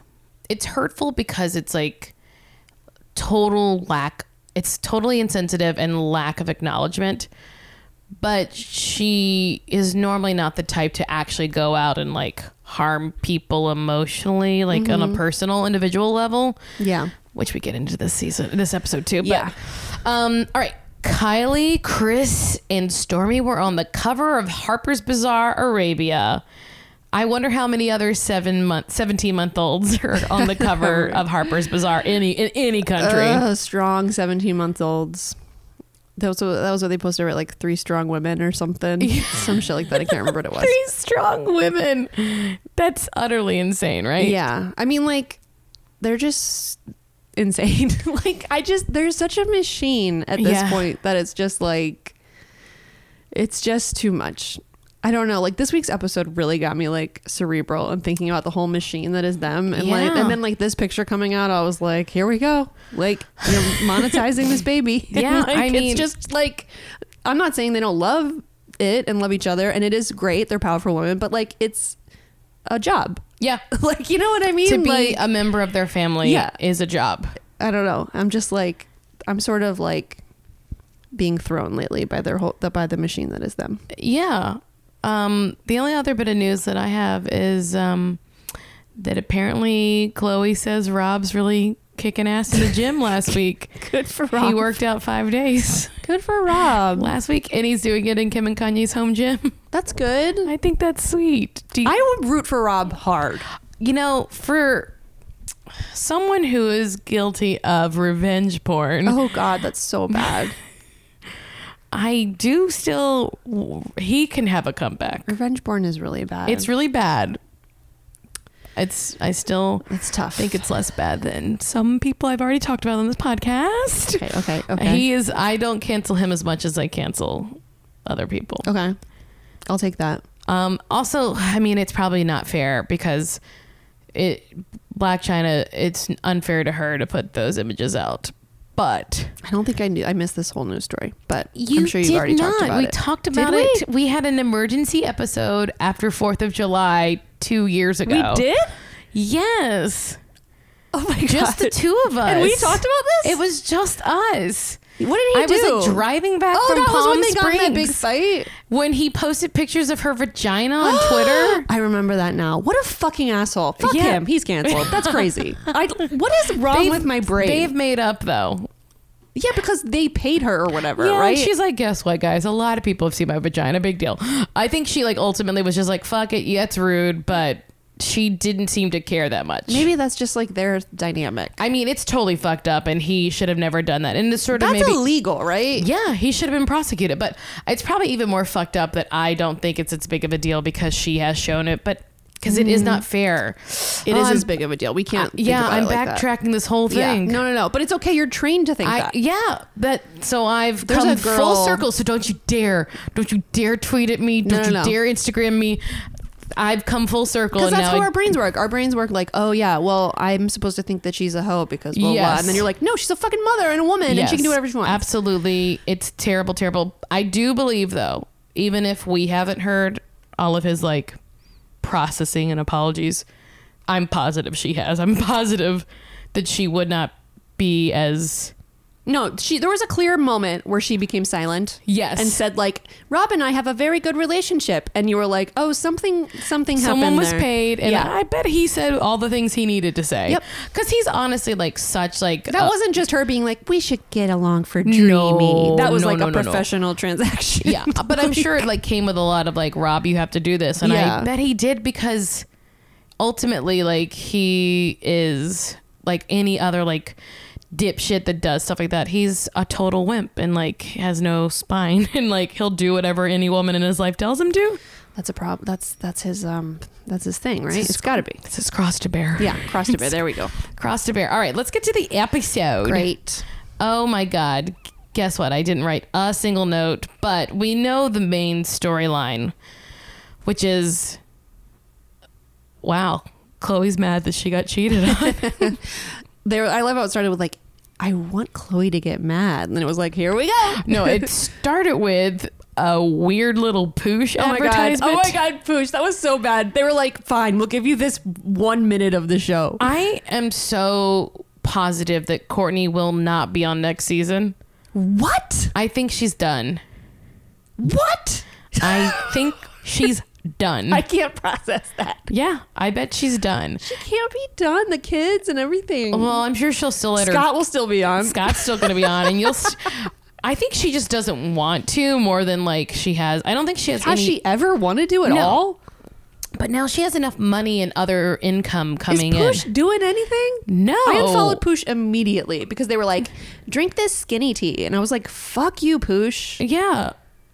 Speaker 1: it's hurtful because it's like total lack it's totally insensitive and lack of acknowledgement but she is normally not the type to actually go out and like harm people emotionally like on a personal individual level
Speaker 2: yeah
Speaker 1: which we get into this season, this episode too. But,
Speaker 2: Yeah.
Speaker 1: Um. All right. Kylie, Chris, and Stormy were on the cover of Harper's Bazaar Arabia. I wonder how many other seven month, seventeen month olds are on the cover of Harper's Bazaar any in any country.
Speaker 2: Ugh, strong 17 month olds that was, what, that was what they posted right like three strong women or something some shit like that i can't remember what it was
Speaker 1: Three strong women. That's utterly insane, right?
Speaker 2: Yeah. I mean, like, they're just insane. like, I just, there's such a machine at this
Speaker 1: Yeah.
Speaker 2: point that it's just like, it's just too much. I don't know. Like, this week's episode really got me, like, cerebral and thinking about the whole machine that is them. And, like,
Speaker 1: Yeah.
Speaker 2: and then, like, this picture coming out, I was like, here we go. Like, you're monetizing this baby.
Speaker 1: Yeah,
Speaker 2: Like,
Speaker 1: I mean-
Speaker 2: it's just like, I'm not saying they don't love it and love each other. And it is great. They're powerful women, but, like, it's a job
Speaker 1: Yeah.
Speaker 2: like you know what I mean?
Speaker 1: To be
Speaker 2: like
Speaker 1: a member of their family
Speaker 2: Yeah.
Speaker 1: is a job.
Speaker 2: uh, I don't know. I'm just like I'm sort of like being thrown lately by their whole the, by the machine that is them.
Speaker 1: Yeah. Um, the only other bit of news that I have is um, that apparently Chloe says Rob's really kicking ass in the gym last week.
Speaker 2: Good for
Speaker 1: He worked out five days
Speaker 2: Good for Rob.
Speaker 1: last week, and he's doing it in Kim and Kanye's home gym.
Speaker 2: That's good.
Speaker 1: I think that's sweet. Do you,
Speaker 2: I would root for Rob hard.
Speaker 1: you know, for someone who is guilty of revenge porn,
Speaker 2: Oh God, that's so bad.
Speaker 1: I do still. He can have a comeback.
Speaker 2: Revenge porn is really bad.
Speaker 1: It's really bad. It's. I still.
Speaker 2: it's tough.
Speaker 1: I think it's less bad than some people I've already talked about on this podcast.
Speaker 2: okay. Okay. Okay.
Speaker 1: He is I don't cancel him as much as I cancel other people.
Speaker 2: okay. I'll take that.
Speaker 1: Um also, I mean it's probably not fair because it Black China it's unfair to her to put those images out. But
Speaker 2: I don't think I knew. I missed this whole news story, but
Speaker 1: you
Speaker 2: I'm sure you've
Speaker 1: did
Speaker 2: already
Speaker 1: not.
Speaker 2: talked about
Speaker 1: we
Speaker 2: it.
Speaker 1: talked about
Speaker 2: we?
Speaker 1: it. We had an emergency episode after 4th of July 2 years ago. Yes.
Speaker 2: Oh my God.
Speaker 1: Just the two of us.
Speaker 2: And we talked about this.
Speaker 1: It was just us.
Speaker 2: What did he
Speaker 1: I
Speaker 2: do?
Speaker 1: was like driving back
Speaker 2: oh,
Speaker 1: from
Speaker 2: that
Speaker 1: Palm
Speaker 2: was when they
Speaker 1: Springs
Speaker 2: got in that big fight.
Speaker 1: when he posted pictures of her vagina on Twitter.
Speaker 2: I remember that now. What a fucking asshole. Fuck
Speaker 1: Yeah.
Speaker 2: him. He's canceled. That's crazy. I, what is wrong
Speaker 1: They've-
Speaker 2: with my
Speaker 1: They've
Speaker 2: brain?
Speaker 1: made up though.
Speaker 2: Yeah, because they paid her or whatever,
Speaker 1: Yeah, and
Speaker 2: right?
Speaker 1: she's like, guess what, guys? A lot of people have seen my vagina. Big deal. I think she like ultimately was just like, fuck it. Yeah, it's rude, but she didn't seem to care that much.
Speaker 2: Maybe that's just like their dynamic.
Speaker 1: I mean, it's totally fucked up, and he should have never done that. And it's sort of
Speaker 2: That's
Speaker 1: maybe
Speaker 2: illegal, right?
Speaker 1: Yeah, he should have been prosecuted. But it's probably even more fucked up that I don't think it's as big of a deal because she has shown it. But because it is not fair.
Speaker 2: It is
Speaker 1: Mm. Oh, I'm-
Speaker 2: as big of a deal. We can't. think
Speaker 1: yeah,
Speaker 2: about
Speaker 1: I'm
Speaker 2: it like that.
Speaker 1: backtracking this whole
Speaker 2: Yeah.
Speaker 1: thing.
Speaker 2: No, no, no. But it's okay. You're trained to think
Speaker 1: I,
Speaker 2: that.
Speaker 1: yeah, but so I've
Speaker 2: There's
Speaker 1: come
Speaker 2: a girl-
Speaker 1: full circle. So don't you dare, don't you dare tweet at me. Don't
Speaker 2: no,
Speaker 1: you
Speaker 2: no.
Speaker 1: dare Instagram me. I've come full circle.
Speaker 2: Because
Speaker 1: and
Speaker 2: that's
Speaker 1: now
Speaker 2: how
Speaker 1: I-
Speaker 2: our brains work. Our brains work like, oh yeah, well, I'm supposed to think that she's a hoe because blah blah.
Speaker 1: Yes.
Speaker 2: And then you're like, no, she's a fucking mother and a woman, and she can
Speaker 1: Yes,
Speaker 2: do whatever she wants.
Speaker 1: Absolutely. It's terrible, terrible. I do believe though, even if we haven't heard all of his like processing and apologies, I'm positive she has. I'm positive that she would not be as
Speaker 2: no, she. There was a clear moment where she became silent.
Speaker 1: Yes.
Speaker 2: and said like, Rob and I have a very good relationship, and you were like, oh, something, something
Speaker 1: someone
Speaker 2: happened.
Speaker 1: was
Speaker 2: there.
Speaker 1: paid and
Speaker 2: yeah.
Speaker 1: I bet he said all the things he needed to say.
Speaker 2: Yep.
Speaker 1: Cuz he's honestly like such like
Speaker 2: that
Speaker 1: a-
Speaker 2: wasn't just her being like, we should get along for dreamy.
Speaker 1: uh, No,
Speaker 2: that was
Speaker 1: no,
Speaker 2: like
Speaker 1: no,
Speaker 2: a
Speaker 1: no, no.
Speaker 2: professional transaction.
Speaker 1: yeah, but I'm sure it like came with a lot of like Rob, you have to do this, and
Speaker 2: Yeah.
Speaker 1: I bet he did because ultimately, like he is like any other like dipshit that does stuff like that. He's a total wimp and like has no spine, and like he'll do whatever any woman in his life tells him to.
Speaker 2: that's a problem. That's that's his um, that's his thing, right?
Speaker 1: his-
Speaker 2: it's got to be.
Speaker 1: This is cross to bear.
Speaker 2: Yeah, cross to bear. There we go.
Speaker 1: cross to bear. All right, let's get to the episode.
Speaker 2: Great.
Speaker 1: Oh my God. Guess what? I didn't write a single note, but we know the main storyline, which is wow, Chloe's mad that she got cheated on.
Speaker 2: There, I love how it started with like, I want Chloe to get mad, and then it was like, here we go.
Speaker 1: no, it started with a weird little poosh
Speaker 2: Oh my god!
Speaker 1: advertisement.
Speaker 2: Oh my god, Poosh, that was so bad. They were like, fine, we'll give you this one minute of the show.
Speaker 1: I am so positive that Courtney will not be on next season.
Speaker 2: What?
Speaker 1: I think she's done.
Speaker 2: What?
Speaker 1: I think she's done.
Speaker 2: I can't process that.
Speaker 1: yeah, I bet she's done.
Speaker 2: She can't be done. The kids and everything.
Speaker 1: Well, I'm sure she'll still let her
Speaker 2: Scott will still be on.
Speaker 1: Scott's still going to be on, and you'll. s I think she just doesn't want to more than like she has. I don't think she has.
Speaker 2: Has
Speaker 1: any,
Speaker 2: she ever wanted to at
Speaker 1: No.
Speaker 2: all?
Speaker 1: But now she has enough money and other income
Speaker 2: Is
Speaker 1: coming in.
Speaker 2: Poosh doing anything?
Speaker 1: No.
Speaker 2: I unfollowed Poosh immediately because they were like, drink this skinny tea. And I was like, fuck you, Poosh.
Speaker 1: Yeah.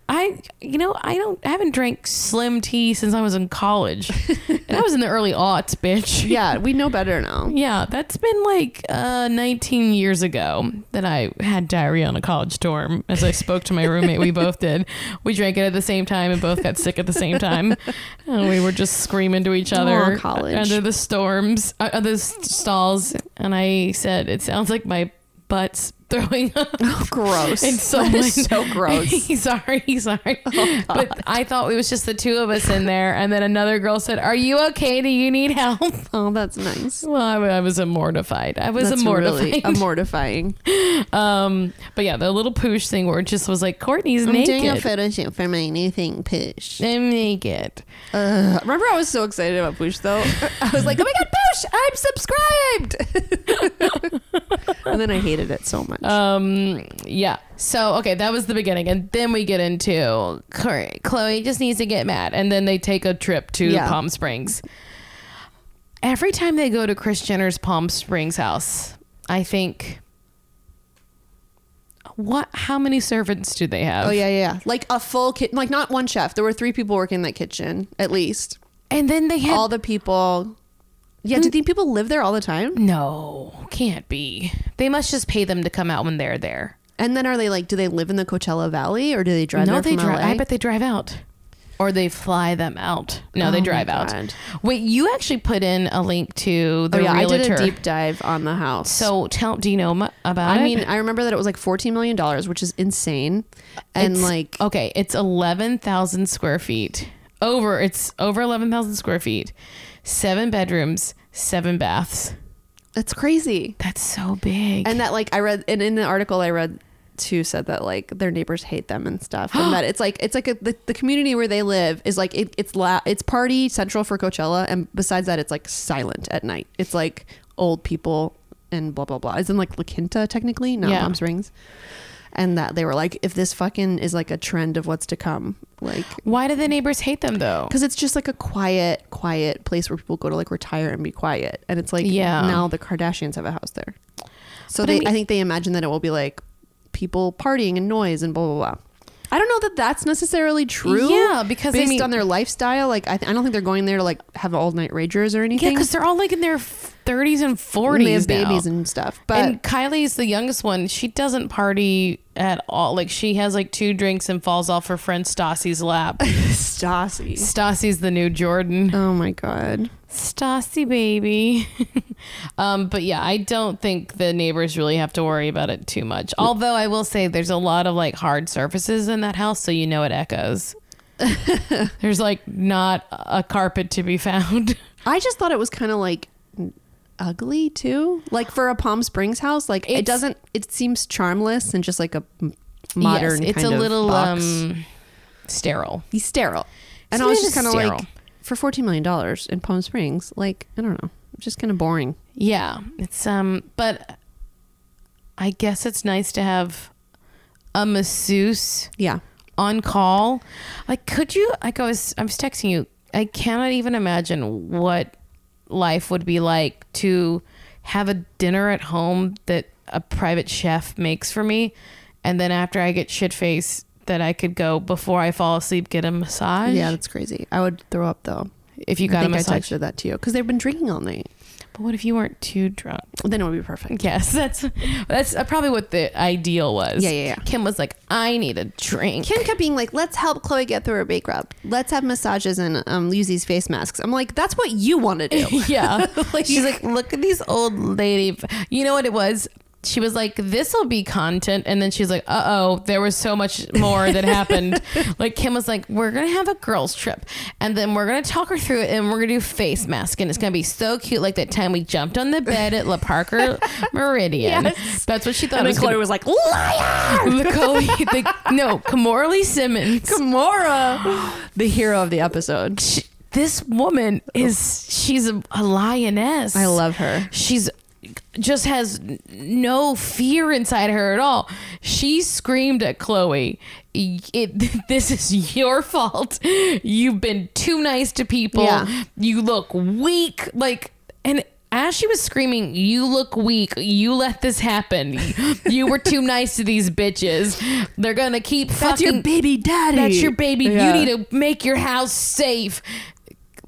Speaker 1: I you know I don't I haven't drank slim tea since I was in college. and I was in the early aughts, bitch.
Speaker 2: Yeah, we know better now.
Speaker 1: Yeah, that's been like uh, 19 years ago that I had diarrhea on a college dorm. As I spoke to my roommate, we both did. We drank it at the same time and both got sick at the same time. And we were just screaming to each other
Speaker 2: Aw, college.
Speaker 1: under the storms, uh, under the s- stalls. And I said, "It sounds like my butt's throwing up."
Speaker 2: Gross.
Speaker 1: And
Speaker 2: That
Speaker 1: someone,
Speaker 2: is so gross. Oh,
Speaker 1: sorry, sorry. but I thought it was just the two of us in there. And then another girl said, "Are you okay? Do you need help?"
Speaker 2: oh, that's nice.
Speaker 1: Well, I, I was a mortified. I was
Speaker 2: That's
Speaker 1: a
Speaker 2: really
Speaker 1: mortified.
Speaker 2: a mortifying.
Speaker 1: um, but yeah, the little poosh thing where it just was like Courtney's naked.
Speaker 2: photo shoot for my new thing, Poosh.
Speaker 1: I'm naked.
Speaker 2: Ugh. Remember, I was so excited about Poosh though. I was like, "Oh my god, Poosh! I'm subscribed!" and then I hated it so much.
Speaker 1: Um, yeah. So okay, that was the beginning, and then we get into Cor- Chloe just needs to get mad, and then they take a trip to
Speaker 2: Yeah.
Speaker 1: Palm Springs. Every time they go to Chris Jenner's Palm Springs house, I think, what? How many servants do they have?
Speaker 2: oh yeah, yeah, yeah. Like a full kitchen. Like not one chef. There were three people working in that kitchen at least.
Speaker 1: And then they had
Speaker 2: All the people. Yeah,
Speaker 1: Mm.
Speaker 2: do these people live there all the time?
Speaker 1: No, can't be. They must just pay them to come out when they're there.
Speaker 2: And then are they like? Do they live in the Coachella Valley or do they drive?
Speaker 1: no,
Speaker 2: there
Speaker 1: they
Speaker 2: from
Speaker 1: drive.
Speaker 2: LA?
Speaker 1: I bet they drive out, or they fly them out. No,
Speaker 2: Oh
Speaker 1: they
Speaker 2: my
Speaker 1: drive out.
Speaker 2: God.
Speaker 1: Wait, you actually put in a link to the
Speaker 2: Oh yeah, I
Speaker 1: realtor.
Speaker 2: did a deep dive on the house.
Speaker 1: so tell, do you know mu- about
Speaker 2: I
Speaker 1: it?
Speaker 2: mean, I remember that it was like fourteen million dollars, which is insane. And
Speaker 1: It's-
Speaker 2: like,
Speaker 1: okay, it's eleven thousand square feet. Over, it's over eleven thousand square feet. Seven bedrooms, seven baths.
Speaker 2: that's crazy.
Speaker 1: That's so big.
Speaker 2: And that like I read, and in the article I read too said that like their neighbors hate them and stuff, and that it's like it's like a, the, the community where they live is like it, it's la- it's party central for Coachella, and besides that, it's like silent at night. It's like old people and blah blah blah. It's in like La Quinta technically, not
Speaker 1: Yeah.
Speaker 2: Palm Springs. And that they were like, if this fucking is like a trend of what's to come, like
Speaker 1: Why do the neighbors hate them though?
Speaker 2: because it's just like a quiet, quiet place where people go to like retire and be quiet. And it's like,
Speaker 1: Yeah.
Speaker 2: now the Kardashians have a house there.
Speaker 1: But
Speaker 2: So
Speaker 1: I
Speaker 2: they, I,
Speaker 1: mean-
Speaker 2: think they imagine that it will be like people partying and noise and blah blah blah. I don't know that that's necessarily true.
Speaker 1: Yeah, because, I
Speaker 2: based
Speaker 1: mean-
Speaker 2: on their lifestyle, like I, th- I don't think they're going there to like have all night ragers or
Speaker 1: Yeah,
Speaker 2: anything.
Speaker 1: because they're all like in their 30s and 40s.
Speaker 2: And they have babies
Speaker 1: now.
Speaker 2: and stuff. But
Speaker 1: and Kylie's the youngest one. She doesn't party at all. Like she has like two drinks and falls off her friend Stassi's lap.
Speaker 2: Stassi.
Speaker 1: Stassi's the new Jordan.
Speaker 2: Oh my god.
Speaker 1: Stassi baby. um, but yeah, I don't think the neighbors really have to worry about it too much. Although I will say there's a lot of like hard surfaces in that house, so you know it echoes. there's like not a carpet to be found.
Speaker 2: I just thought it was kind of like ugly too. Like for a Palm Springs house, like
Speaker 1: It's-
Speaker 2: it doesn't. It seems charmless and just like a m- modern.
Speaker 1: Yes, it's
Speaker 2: kind
Speaker 1: a
Speaker 2: of
Speaker 1: little
Speaker 2: box.
Speaker 1: um sterile.
Speaker 2: He's sterile. And
Speaker 1: So
Speaker 2: I was
Speaker 1: it
Speaker 2: just
Speaker 1: is
Speaker 2: kind of like,
Speaker 1: sterile.
Speaker 2: for fourteen million dollars in Palm Springs, like I don't know, just kind of boring.
Speaker 1: Yeah, it's um, but I guess it's nice to have a masseuse
Speaker 2: Yeah,
Speaker 1: on call. Like, could you? Like, I was, I was texting you. I cannot even imagine what life would be like to have a dinner at home that a private chef makes for me, and then after I get shit faced, that I could go before I fall asleep get a massage.
Speaker 2: yeah, that's crazy. I would throw up though.
Speaker 1: if you got
Speaker 2: I
Speaker 1: a
Speaker 2: think I
Speaker 1: massage.
Speaker 2: texted that to you because they've been drinking all night.
Speaker 1: But what if you weren't too drunk?
Speaker 2: Then it would be perfect.
Speaker 1: Yes, that's that's probably what the ideal was.
Speaker 2: Yeah, yeah, yeah.
Speaker 1: Kim was like, I need a drink.
Speaker 2: Kim kept being like, "Let's help Chloe get through her bake rub. Let's have massages and um, use these face masks." I'm like, "That's what you want to do."
Speaker 1: yeah, she's like, look at these old lady. You know what it was? She was like, this will be content, and then she's like, uh oh, there was so much more that happened. like Kim was like, we're gonna have a girls trip, and then we're gonna talk her through it, and we're gonna do face mask, and it's gonna be so cute. Like that time we jumped on the bed at La Parker Meridian.
Speaker 2: Yes.
Speaker 1: That's what she thought.
Speaker 2: and
Speaker 1: it
Speaker 2: then
Speaker 1: was gonna-
Speaker 2: Chloe was like, "Liar,
Speaker 1: the Chloe, the, no, Kamora Lee Simmons.
Speaker 2: Gamora, the hero of the episode."
Speaker 1: she, this woman is she's a, a lioness.
Speaker 2: I love her.
Speaker 1: She's just has n- no fear inside her at all. She screamed at Chloe, it, "This is your fault. You've been too nice to people.
Speaker 2: Yeah.
Speaker 1: You look weak." Like and as she was screaming, "You look weak. You let this happen. you were too nice to these bitches. They're gonna keep
Speaker 2: That's
Speaker 1: fucking
Speaker 2: your baby daddy.
Speaker 1: that's your baby.
Speaker 2: Yeah.
Speaker 1: You need to make your house safe.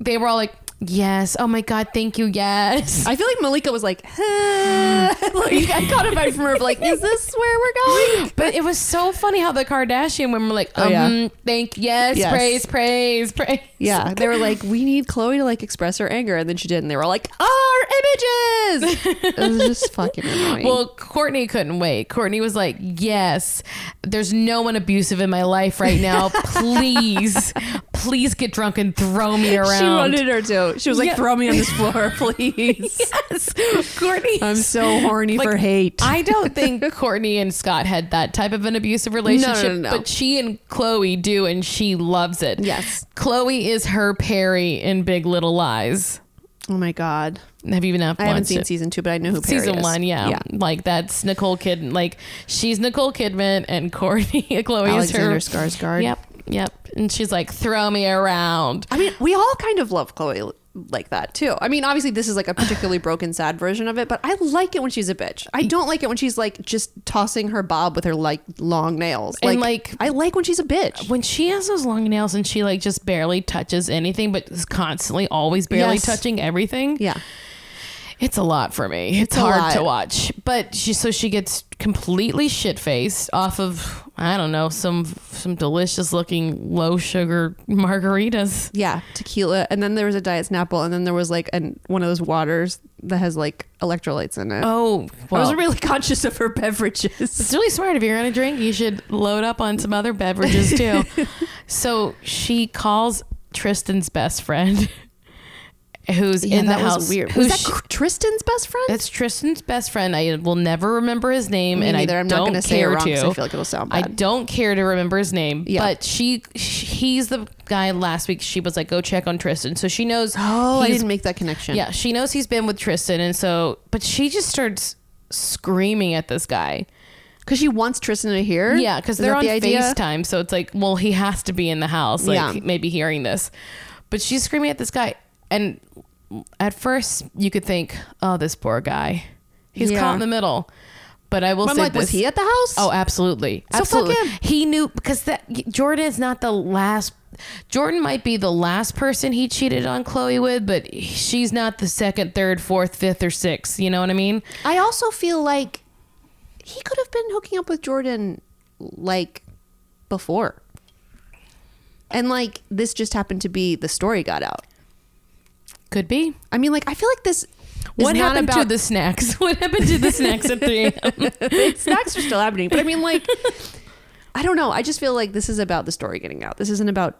Speaker 1: They were all like, yes. Oh my God. Thank you. Yes.
Speaker 2: I feel like Malika was like, "Huh." like I caught a vibe from her, of like, is this where we're going?
Speaker 1: But it was so funny how the Kardashian women were like, um,
Speaker 2: Oh, yeah.
Speaker 1: thank, yes,
Speaker 2: Yes.
Speaker 1: praise, praise, praise.
Speaker 2: Yeah, they were like, we need Chloe to like express her anger, and then she did, and they were like, our images. it was just fucking annoying.
Speaker 1: Well, Courtney couldn't wait. Courtney was like, yes, there's no one abusive in my life right now. Please, please get drunk and throw me around.
Speaker 2: she wanted her to. She was like,
Speaker 1: Yeah.
Speaker 2: throw me on this floor, please.
Speaker 1: yes. Courtney.
Speaker 2: I'm so horny
Speaker 1: Like,
Speaker 2: for hate.
Speaker 1: I don't think Courtney and Scott had that type of an abusive relationship,
Speaker 2: no.
Speaker 1: but she and Chloe do, and she loves it.
Speaker 2: Yes.
Speaker 1: Chloe is her Perry in Big Little Lies.
Speaker 2: oh my god,
Speaker 1: Have you even
Speaker 2: I haven't seen
Speaker 1: it?
Speaker 2: season two, but I know who Perry
Speaker 1: season
Speaker 2: is.
Speaker 1: one? Yeah. like that's Nicole Kidman. Like she's Nicole Kidman, and Courtney Chloe
Speaker 2: Alexander
Speaker 1: is her.
Speaker 2: Skarsgård.
Speaker 1: Yep, yep. And she's like, throw me around.
Speaker 2: I mean, we all kind of love Chloe l- like that too. I mean, obviously this is like a particularly broken, sad version of it, but I like it when she's a bitch. I don't like it when she's like just tossing her bob with her like long nails. Like,
Speaker 1: And, like-
Speaker 2: I like when she's a bitch.
Speaker 1: when she has those long nails and she like just barely touches anything, but is constantly always barely
Speaker 2: Yes.
Speaker 1: touching everything.
Speaker 2: Yeah.
Speaker 1: It's a lot for me. It's,
Speaker 2: a
Speaker 1: hard
Speaker 2: lot.
Speaker 1: to watch. But she so she gets completely shit faced off of I don't know, some some delicious looking low sugar margaritas.
Speaker 2: Yeah, tequila, and then there was a diet Snapple, and then there was like an, one of those waters that has like electrolytes in it.
Speaker 1: Oh
Speaker 2: I
Speaker 1: well,
Speaker 2: was really conscious of her beverages.
Speaker 1: it's really smart if you're gonna drink, you should load up on some other beverages too. so she calls Tristan's best friend who's in the house.
Speaker 2: Was
Speaker 1: Who's Uh,
Speaker 2: that Cr- Tristan's best friend?
Speaker 1: That's Tristan's best friend. I will never remember his name,
Speaker 2: Me
Speaker 1: and
Speaker 2: neither.
Speaker 1: I
Speaker 2: I'm not
Speaker 1: don't
Speaker 2: gonna say it
Speaker 1: care
Speaker 2: wrong 'cause
Speaker 1: to.
Speaker 2: I feel like it'll sound
Speaker 1: I
Speaker 2: bad.
Speaker 1: don't care to remember his name.
Speaker 2: Yeah.
Speaker 1: But she, sh he's the guy. Last week, she was like, "Go check on Tristan," so she knows.
Speaker 2: oh, I
Speaker 1: he's-
Speaker 2: didn't make that connection.
Speaker 1: Yeah, she knows he's been with Tristan, and so, but she just starts screaming at this guy.
Speaker 2: because she wants Tristan to hear.
Speaker 1: Yeah, because
Speaker 2: Is
Speaker 1: they're
Speaker 2: that
Speaker 1: on
Speaker 2: the idea?
Speaker 1: FaceTime, so it's like, well, he has to be in the house, like
Speaker 2: Yeah.
Speaker 1: maybe hearing this. But she's screaming at this guy, and at first you could think, oh, this poor guy, he's
Speaker 2: Yeah.
Speaker 1: caught in the middle. But I will
Speaker 3: I'm
Speaker 1: say
Speaker 3: like,
Speaker 1: this.
Speaker 3: was he at the house?
Speaker 1: Oh, absolutely.
Speaker 3: So fuck
Speaker 1: absolutely.
Speaker 3: him.
Speaker 1: He knew because that Jordan is not the last Jordan might be the last person he cheated on Chloe with, but she's not the second, third, fourth, fifth, or sixth. You know what I mean?
Speaker 3: I also feel like he could have been hooking up with Jordan like before. And like this just happened to be the story got out.
Speaker 1: Could be.
Speaker 3: I mean, like I feel like this. is
Speaker 1: What
Speaker 3: not
Speaker 1: happened to
Speaker 3: about
Speaker 1: the snacks? What happened to the snacks at three?
Speaker 3: snacks are still happening. But I mean, like, I don't know. I just feel like this is about the story getting out. This isn't about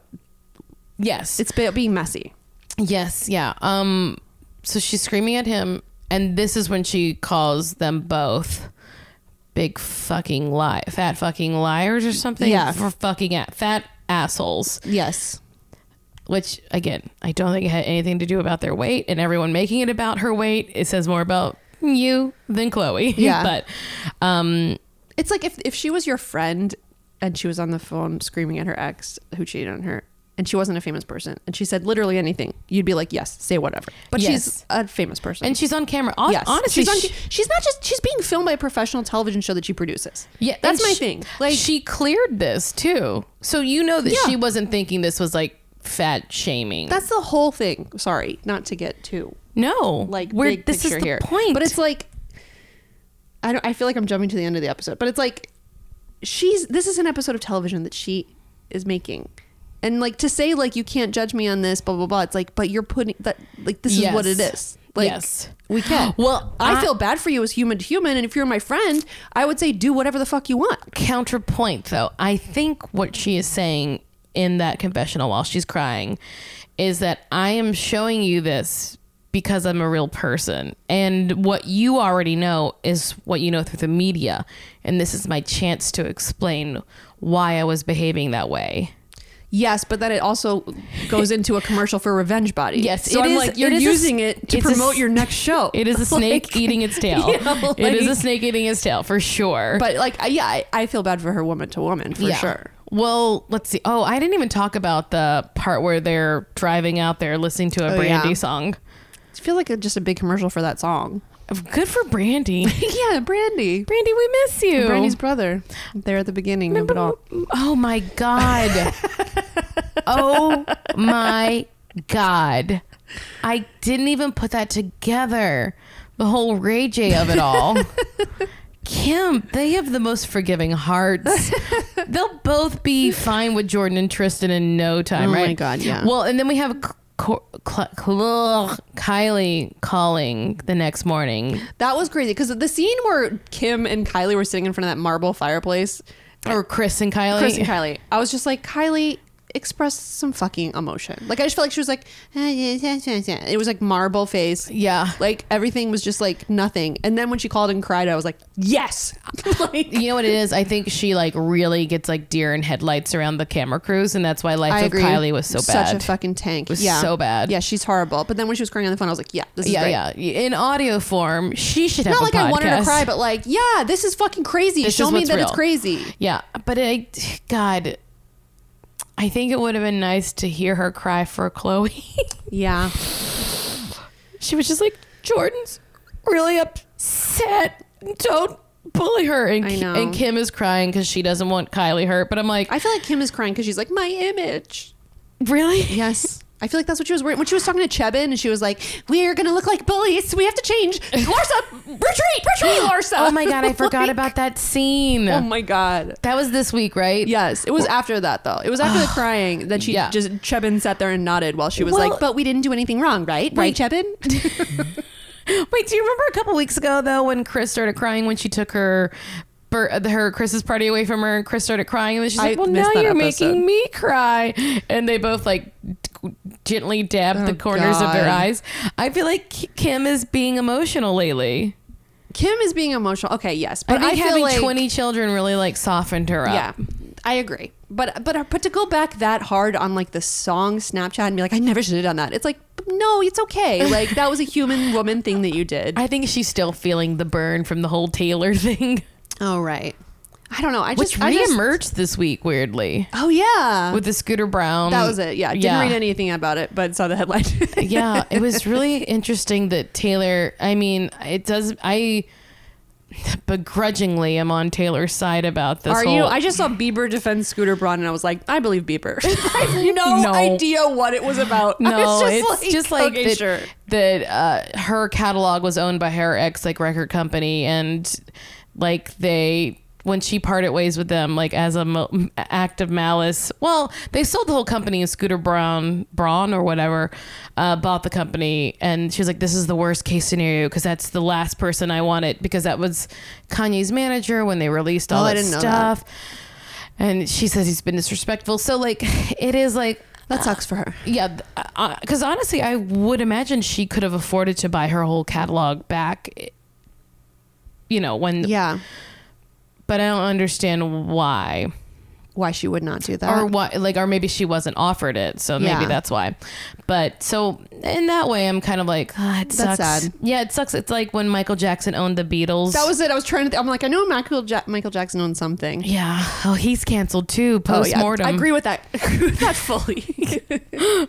Speaker 1: yes.
Speaker 3: it's about being messy.
Speaker 1: Yes, yeah. Um so she's screaming at him and this is when she calls them both big fucking lie fat fucking liars or something.
Speaker 3: Yeah.
Speaker 1: For fucking a- fat assholes.
Speaker 3: Yes.
Speaker 1: Which again, I don't think it had anything to do about their weight and everyone making it about her weight. It says more about you than Chloe.
Speaker 3: Yeah.
Speaker 1: but um
Speaker 2: It's like if, if she was your friend and she was on the phone screaming at her ex who cheated on her and she wasn't a famous person and she said literally anything, you'd be like, yes, say whatever. But
Speaker 1: Yes.
Speaker 2: she's a famous person.
Speaker 1: and she's on camera. Hon-
Speaker 2: yes.
Speaker 1: Honestly,
Speaker 2: she's, on,
Speaker 1: she-
Speaker 2: she's not just, she's being filmed by a professional television show that she produces.
Speaker 1: Yeah,
Speaker 2: That's
Speaker 1: and
Speaker 2: my
Speaker 1: she-
Speaker 2: thing. Like,
Speaker 1: she cleared this too, so you know that
Speaker 2: Yeah.
Speaker 1: she wasn't thinking this was like fat shaming.
Speaker 2: that's the whole thing. Sorry, not to get too
Speaker 1: no,
Speaker 2: like
Speaker 1: we're
Speaker 2: big
Speaker 1: this is
Speaker 2: picture
Speaker 1: the
Speaker 2: here.
Speaker 1: point.
Speaker 2: But it's like I don't I feel like I'm jumping to the end of the episode, but it's like she's this is an episode of television that she is making. And like to say like you can't judge me on this, blah blah blah. It's like, but you're putting that like this is what it
Speaker 1: Yes.
Speaker 2: is. Like
Speaker 1: Yes.
Speaker 2: we can.
Speaker 1: Well,
Speaker 2: I,
Speaker 1: I-
Speaker 2: feel bad for you as human to human, and if you're my friend, I would say do whatever the fuck you want.
Speaker 1: counterpoint though i think what she is saying in that confessional while she's crying is that i am showing you this because i'm a real person and what you already know is what you know through the media and this is my chance to explain why i was behaving that way
Speaker 2: Yes, but then it also goes into a commercial for Revenge Body.
Speaker 1: Yes,
Speaker 2: so
Speaker 1: it
Speaker 2: I'm
Speaker 1: is-
Speaker 2: like you're
Speaker 1: it is a s-
Speaker 2: using it to
Speaker 1: it's a
Speaker 2: promote
Speaker 1: s-
Speaker 2: your next show.
Speaker 1: it is a snake eating its tail
Speaker 2: you know,
Speaker 1: it is a
Speaker 2: like-
Speaker 1: snake eating its tail for sure
Speaker 2: But like, I- yeah, I, I feel bad for her woman to woman for sure.
Speaker 1: Well, let's see. Oh, I didn't even talk about the part where they're driving out there listening to a
Speaker 2: Oh,
Speaker 1: Brandy
Speaker 2: yeah.
Speaker 1: song.
Speaker 2: I feel like it's just a big commercial for that song.
Speaker 1: Good for Brandy.
Speaker 2: yeah, Brandy.
Speaker 1: Brandy, we miss you.
Speaker 2: Brandy's brother. There at the beginning of it all.
Speaker 1: Oh my god. oh my god. I didn't even put that together. The whole Ray J of it all. Kim, they have the most forgiving hearts. They'll both be fine with Jordan and Tristan in no time,
Speaker 2: Oh my
Speaker 1: right?
Speaker 2: God, yeah.
Speaker 1: Well, and then we have K- Cor- Cl- Cl- Kylie calling the next morning.
Speaker 2: That was crazy because the scene where Kim and Kylie were sitting in front of that marble fireplace,
Speaker 1: Or Chris and Kylie.
Speaker 2: Uh, Chris and Kylie, I was just like, Kylie, express some fucking emotion. Like I just felt like she was like, it was like marble face.
Speaker 1: Yeah.
Speaker 2: Like everything was just like nothing. And then when she called and cried, I was like, yes. like,
Speaker 1: You know what it is? I think she like really gets like deer in headlights around the camera crews, and that's why Life
Speaker 2: I
Speaker 1: of
Speaker 2: agree.
Speaker 1: Kylie was so bad.
Speaker 2: Such a fucking tank.
Speaker 1: was
Speaker 2: yeah.
Speaker 1: so bad.
Speaker 2: Yeah, she's horrible. But then when she was crying on the phone, I was like, yeah, this is
Speaker 1: yeah,
Speaker 2: great.
Speaker 1: yeah. In audio form, she should have
Speaker 2: Not
Speaker 1: a
Speaker 2: like I wanted to
Speaker 1: podcast.
Speaker 2: cry, but like, yeah, this is fucking crazy.
Speaker 1: This
Speaker 2: Show
Speaker 1: is
Speaker 2: me
Speaker 1: what's
Speaker 2: that it's
Speaker 1: real.
Speaker 2: crazy.
Speaker 1: yeah, but I, God, I think it would have been nice to hear her cry for Chloe.
Speaker 2: Yeah.
Speaker 1: she was just like, Jordan's really upset. Don't bully her. And,
Speaker 2: I
Speaker 1: Ki-
Speaker 2: know.
Speaker 1: and Kim is crying because she doesn't want Kylie hurt. But I'm like,
Speaker 2: I feel like Kim is crying because she's like, my image.
Speaker 1: really?
Speaker 2: Yes. I feel like that's what she was worried when she was talking to Chebin and she was like, We're gonna look like bullies. We have to change. Larsa, retreat, retreat, Larsa.
Speaker 1: Oh my God, I forgot
Speaker 2: Like,
Speaker 1: about that scene.
Speaker 2: Oh my god.
Speaker 1: that was this week, right?
Speaker 2: Yes, it was after that though. It was after the crying that she
Speaker 1: Yeah.
Speaker 2: just Chebin sat there and nodded while she was
Speaker 1: Well-
Speaker 2: like, "But we didn't do anything wrong, right? Right, Chebin?
Speaker 1: Wait, do you remember a couple weeks ago though when Chris started crying when she took her bir- uh, her Chris's party away from her and Chris started crying and she's
Speaker 2: I
Speaker 1: like, "Well, now
Speaker 2: missed that
Speaker 1: you're
Speaker 2: episode.
Speaker 1: making me cry," and they both like g- gently dab the corners of their
Speaker 2: God.
Speaker 1: eyes. I feel like K- Kim is being emotional lately.
Speaker 2: Kim is being emotional. Okay, yes, but
Speaker 1: I think
Speaker 2: I, feel
Speaker 1: having
Speaker 2: like,
Speaker 1: twenty children really like softened her up.
Speaker 2: Yeah, I agree. But but but to go back that hard on like the song Snapchat and be like, I never should have done that. It's like, no, it's okay. Like that was a human woman thing that you did.
Speaker 1: I think she's still feeling the burn from the whole Taylor thing,
Speaker 2: oh right. I don't know. I
Speaker 1: which
Speaker 2: just I just-
Speaker 1: reemerged this week weirdly
Speaker 2: oh yeah.
Speaker 1: with the Scooter Brown.
Speaker 2: that was it. Yeah. Didn't
Speaker 1: yeah.
Speaker 2: read anything about it, but saw the headline.
Speaker 1: yeah, it was really interesting that Taylor. I mean, it does. I begrudgingly am on Taylor's side about this.
Speaker 2: Are
Speaker 1: whole-
Speaker 2: you? I just saw Bieber defend Scooter Braun, and I was like, I believe Bieber. I have no,
Speaker 1: No.
Speaker 2: idea what it was about. I
Speaker 1: No,
Speaker 2: was
Speaker 1: it's just like
Speaker 2: okay,
Speaker 1: that,
Speaker 2: sure.
Speaker 1: that uh, her catalog was owned by her ex like record company, and like they when she parted ways with them like as a mo- m- act of malice. Well, they sold the whole company, and Scooter Brown Braun or whatever uh, bought the company, and she was like, "This is the worst case scenario because that's the last person I wanted because that was Kanye's manager when they released all
Speaker 3: Oh, I
Speaker 1: that
Speaker 3: didn't know that.
Speaker 1: stuff." And she says he's been disrespectful. So like, it is like
Speaker 3: That sucks for her.
Speaker 1: yeah, because honestly, I would imagine she could have afforded to buy her whole catalog back. i- You know when,
Speaker 3: Yeah.
Speaker 1: but I don't understand why
Speaker 3: Why she would not do that.
Speaker 2: Uh,
Speaker 1: or why, like, or maybe she wasn't offered it, so maybe
Speaker 3: Yeah.
Speaker 1: that's why. But so in that way, I'm kind of like, ah, it sucks.
Speaker 3: That's sad.
Speaker 1: Yeah, it sucks. It's like when Michael Jackson owned the Beatles.
Speaker 2: That was it. I was trying
Speaker 3: Trying to
Speaker 2: to.
Speaker 3: th- I'm like, I know Michael, ja- Michael Jackson on something.
Speaker 1: yeah. Oh, he's canceled too. Post mortem.
Speaker 2: Oh, I agree with that. agree with that fully.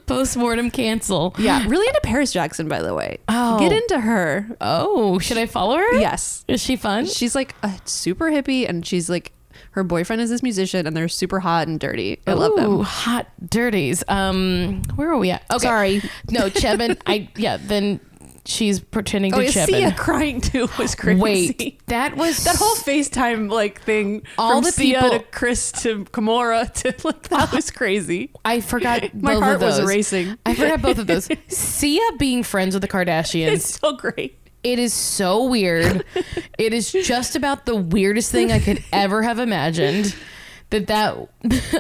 Speaker 1: Post mortem cancel.
Speaker 2: yeah, really into Paris Jackson, by the way.
Speaker 1: Oh.
Speaker 2: Get into her.
Speaker 1: Oh, should I follow her?
Speaker 2: Yes.
Speaker 1: Is she fun?
Speaker 2: She's like a super hippie, and she's like, her boyfriend is this musician, and they're super hot and dirty. I love them. Oh,
Speaker 1: Ooh, Hot dirties. Um, where are we at? Okay.
Speaker 2: Sorry.
Speaker 1: No, Chevin. I yeah. Then she's pretending
Speaker 2: Oh,
Speaker 1: to
Speaker 2: yeah,
Speaker 1: Chevin.
Speaker 2: Sia crying too was crazy.
Speaker 1: Wait, that was
Speaker 2: That whole FaceTime like thing,
Speaker 1: All
Speaker 2: from
Speaker 1: the
Speaker 2: Sia
Speaker 1: people-
Speaker 2: to Chris to Kimora to like that was crazy.
Speaker 1: I forgot.
Speaker 2: My
Speaker 1: both
Speaker 2: heart
Speaker 1: of
Speaker 2: was
Speaker 1: those.
Speaker 2: racing.
Speaker 1: I forgot both of those. Sia being friends with the Kardashians.
Speaker 2: It's so great.
Speaker 1: It is so weird. it is just about the weirdest thing I could ever have imagined. That that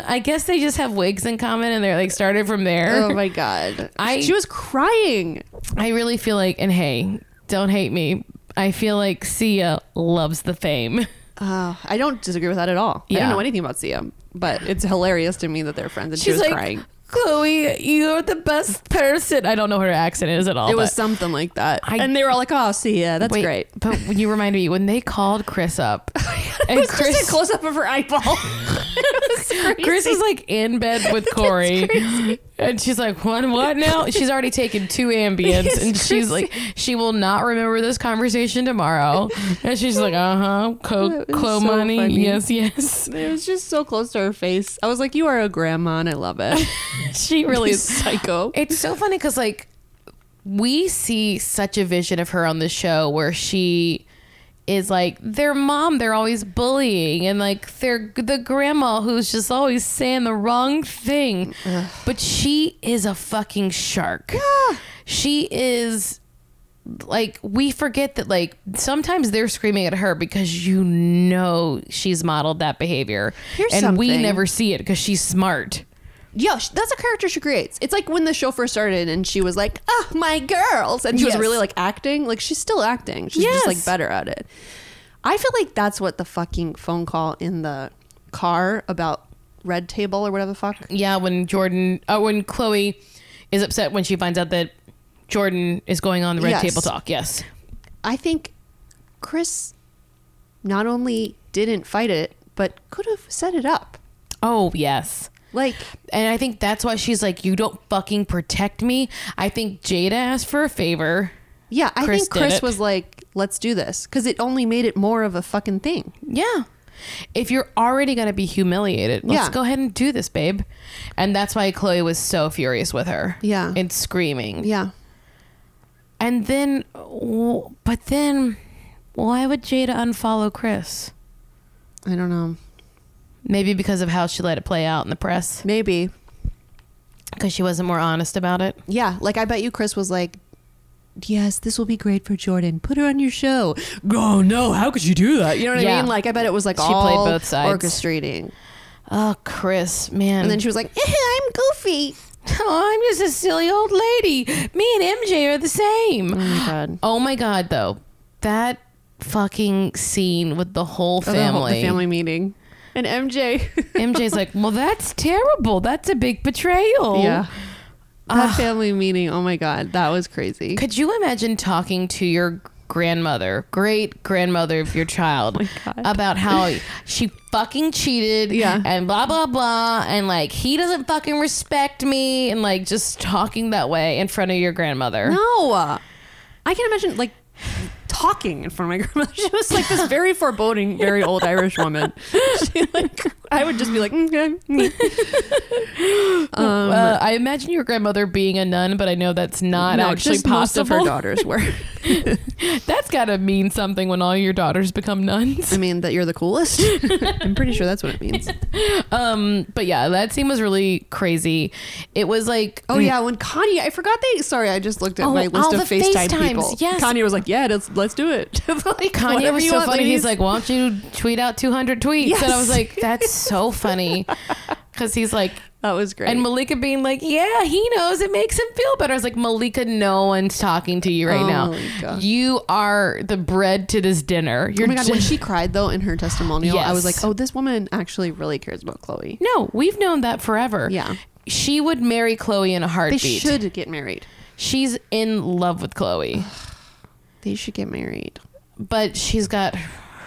Speaker 1: I guess they just have wigs in common and they're like started from there.
Speaker 3: Oh my God.
Speaker 1: I
Speaker 2: She was crying.
Speaker 1: I really feel like, and hey, don't hate me. I feel like Sia loves the fame.
Speaker 3: Uh,
Speaker 2: I don't disagree with that at all. I
Speaker 1: Yeah.
Speaker 2: don't know anything about Sia, but it's hilarious to me that they're friends and she
Speaker 1: She's
Speaker 2: was
Speaker 1: like,
Speaker 2: crying.
Speaker 1: Chloe, you're the best person. I don't know what her accent is at all.
Speaker 2: It was
Speaker 1: but-
Speaker 2: something like that.
Speaker 1: I-
Speaker 2: and they were all like, oh, Sia, that's
Speaker 1: Wait,
Speaker 2: great.
Speaker 1: But when you remind me when they called Chris up, and
Speaker 2: It was
Speaker 1: Chris,
Speaker 2: just a close up of her eyeball. It was
Speaker 1: Chris
Speaker 2: crazy.
Speaker 1: is like in bed with Corey, and she's like, "What? What now?" She's already taken two ambience, and she's like, "She will not remember this conversation tomorrow." And she's like, "Uh huh, co,
Speaker 2: That was
Speaker 1: co
Speaker 2: so
Speaker 1: money,
Speaker 2: funny.
Speaker 1: yes, yes."
Speaker 2: It was just so close to her face. I was like, you are a grandma, and I love it.
Speaker 1: She really is
Speaker 2: psycho.
Speaker 1: It's so funny because like we see such a vision of her on the show where she is like their mom they're always bullying and like they're the grandma who's just always saying the wrong thing but she is a fucking shark she is like we forget that like sometimes they're screaming at her because you know she's modeled that behavior
Speaker 3: Here's
Speaker 1: and we
Speaker 3: something.
Speaker 1: never see it because she's smart
Speaker 3: yeah, sh- that's a character she creates. It's like when the show first started and she was like, oh, my girls. And she
Speaker 1: Yes.
Speaker 3: was really like acting. Like she's still acting. She's just
Speaker 1: Yes.
Speaker 3: like better at it. I feel like that's what the fucking phone call in the car about Red Table or whatever the fuck.
Speaker 1: yeah, when Jordan, uh, when Chloe is upset when she finds out that Jordan is going on the Red
Speaker 3: Yes.
Speaker 1: Table Talk. Yes.
Speaker 3: I think Chris not only didn't fight it, but could have set it up.
Speaker 1: Oh, yes.
Speaker 3: Like,
Speaker 1: And I think that's why she's like, you don't fucking protect me. I think Jada asked for a favor.
Speaker 3: yeah, I
Speaker 1: Chris
Speaker 3: think
Speaker 1: did
Speaker 3: Chris
Speaker 1: it.
Speaker 3: was like, let's do this. Because it only made it more of a fucking thing.
Speaker 1: Yeah. If you're already going to be humiliated, let's
Speaker 3: Yeah.
Speaker 1: go ahead and do this, babe. And that's why Chloe was so furious with her.
Speaker 3: Yeah.
Speaker 1: And screaming.
Speaker 3: Yeah.
Speaker 1: And then, w- but then, why would Jada unfollow Chris?
Speaker 3: I don't know.
Speaker 1: Maybe because of how she let it play out in the press.
Speaker 3: Maybe.
Speaker 1: because she wasn't more honest about it.
Speaker 3: Yeah. Like, I bet you Chris was like, yes, this will be great for Jordan. Put her on your show. Oh, no. How could you do that? You know what
Speaker 1: Yeah.
Speaker 3: I mean? Like, I bet it was like
Speaker 1: She played
Speaker 3: all
Speaker 1: both sides.
Speaker 3: orchestrating.
Speaker 1: Oh, Chris, man.
Speaker 3: And then she was like, eh, I'm goofy.
Speaker 1: oh, I'm just a silly old lady. Me and MJ are the same.
Speaker 3: Oh,
Speaker 2: Mm.
Speaker 3: my God.
Speaker 1: Oh my god, though, that fucking scene with the whole
Speaker 2: Oh, the whole-
Speaker 1: family.
Speaker 2: The family meeting. And MJ.
Speaker 1: MJ's like, well, that's terrible. That's a big betrayal.
Speaker 2: Yeah. That family meeting. Oh my God. That was crazy.
Speaker 1: Ah. Could you imagine talking to your grandmother, great grandmother of your child,
Speaker 4: Oh
Speaker 1: about how she fucking cheated
Speaker 2: Yeah.
Speaker 1: and blah, blah, blah, and like he doesn't fucking respect me, and like just talking that way in front of your grandmother?
Speaker 2: No. I can imagine like
Speaker 4: talking in front of my grandmother. She was like this very foreboding, very old Irish woman. She like I would just be
Speaker 3: "Mm,
Speaker 4: like, okay.
Speaker 1: uh, I imagine your grandmother being a nun, but I know that's not
Speaker 4: Um, No,
Speaker 1: actually
Speaker 4: just most of
Speaker 1: possible.
Speaker 4: her daughters were.
Speaker 1: That's got to mean something when all your daughters become nuns.
Speaker 4: I mean, that you're the coolest. I'm pretty sure that's what it means.
Speaker 1: Um, but yeah, that scene was really crazy. It was like
Speaker 4: Oh yeah, when
Speaker 2: Connie, I forgot they. Sorry, I just looked at
Speaker 1: Oh,
Speaker 2: my list
Speaker 1: all
Speaker 2: of
Speaker 1: the
Speaker 2: FaceTime
Speaker 1: FaceTimes,
Speaker 2: people.
Speaker 1: yes.
Speaker 4: Kanye was like, yeah, let's let's do it.
Speaker 2: like,
Speaker 1: Kanye
Speaker 2: whatever
Speaker 1: was
Speaker 2: you
Speaker 1: so
Speaker 2: want,
Speaker 1: funny.
Speaker 2: ladies.
Speaker 1: He's like, "Why don't you tweet out 200 tweets?" And I
Speaker 4: Yes.
Speaker 1: was like, "That's so funny," because he's like,
Speaker 4: That was great.
Speaker 1: and Malika being like, "Yeah, he knows. It makes him feel better." I was like, "Malika, no one's talking to you right
Speaker 4: Oh
Speaker 1: now.
Speaker 4: my gosh.
Speaker 1: You are the bread to this dinner. You're
Speaker 2: Oh my god, when
Speaker 1: just-
Speaker 2: she cried though in her testimonial, I was
Speaker 1: Yes.
Speaker 2: like, oh, this woman actually really cares about Chloe.
Speaker 1: no. We've known that forever.
Speaker 2: Yeah.
Speaker 1: she would marry Chloe in a
Speaker 2: They
Speaker 1: heartbeat.
Speaker 2: should get married.
Speaker 1: She's in love with Chloe,
Speaker 2: They should get married.
Speaker 1: but she's got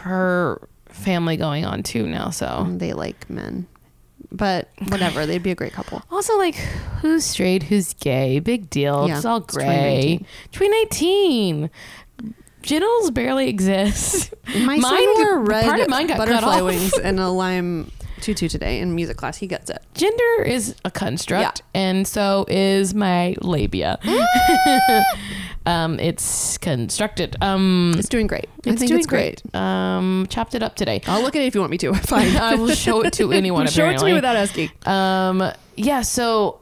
Speaker 1: her family going on too now. So
Speaker 2: They like men. But whatever, they'd be a great couple.
Speaker 1: also like, who's straight? Who's gay? Big deal.
Speaker 2: Yeah,
Speaker 1: it's all
Speaker 2: it's
Speaker 1: gray. 2019. Jittles barely exists.
Speaker 2: My
Speaker 1: Mine-
Speaker 2: son wore red
Speaker 1: part of mine got cut
Speaker 2: butterfly
Speaker 1: off.
Speaker 2: wings and a lime tutu today in music class. He gets it.
Speaker 1: gender is a construct and so is my labia um it's constructed um
Speaker 2: It's doing great. I
Speaker 1: it's
Speaker 2: think
Speaker 1: doing
Speaker 2: it's great. Oh,
Speaker 1: um chopped it up today
Speaker 4: I'll look at it if you want me to. Fine.
Speaker 1: i will show it to anyone
Speaker 4: Show it to me
Speaker 1: apparently.
Speaker 4: without asking.
Speaker 1: um yeah so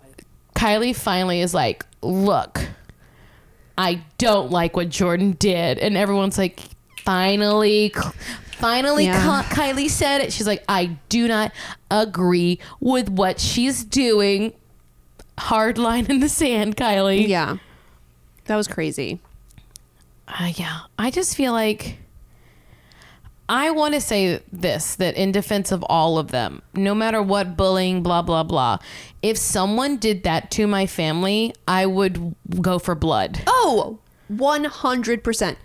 Speaker 1: kylie finally is like look i don't like what jordan did and everyone's like finally finally
Speaker 2: Yeah.
Speaker 1: Ky- kylie said it she's like i do not agree with what she's doing hard line in the sand kylie
Speaker 2: Yeah. That was crazy.
Speaker 1: Uh, yeah, I just feel like I want to say this that in defense of all of them, no matter what bullying, blah, blah, blah, if someone did that to my family, I would go for blood.
Speaker 2: Oh, 100%.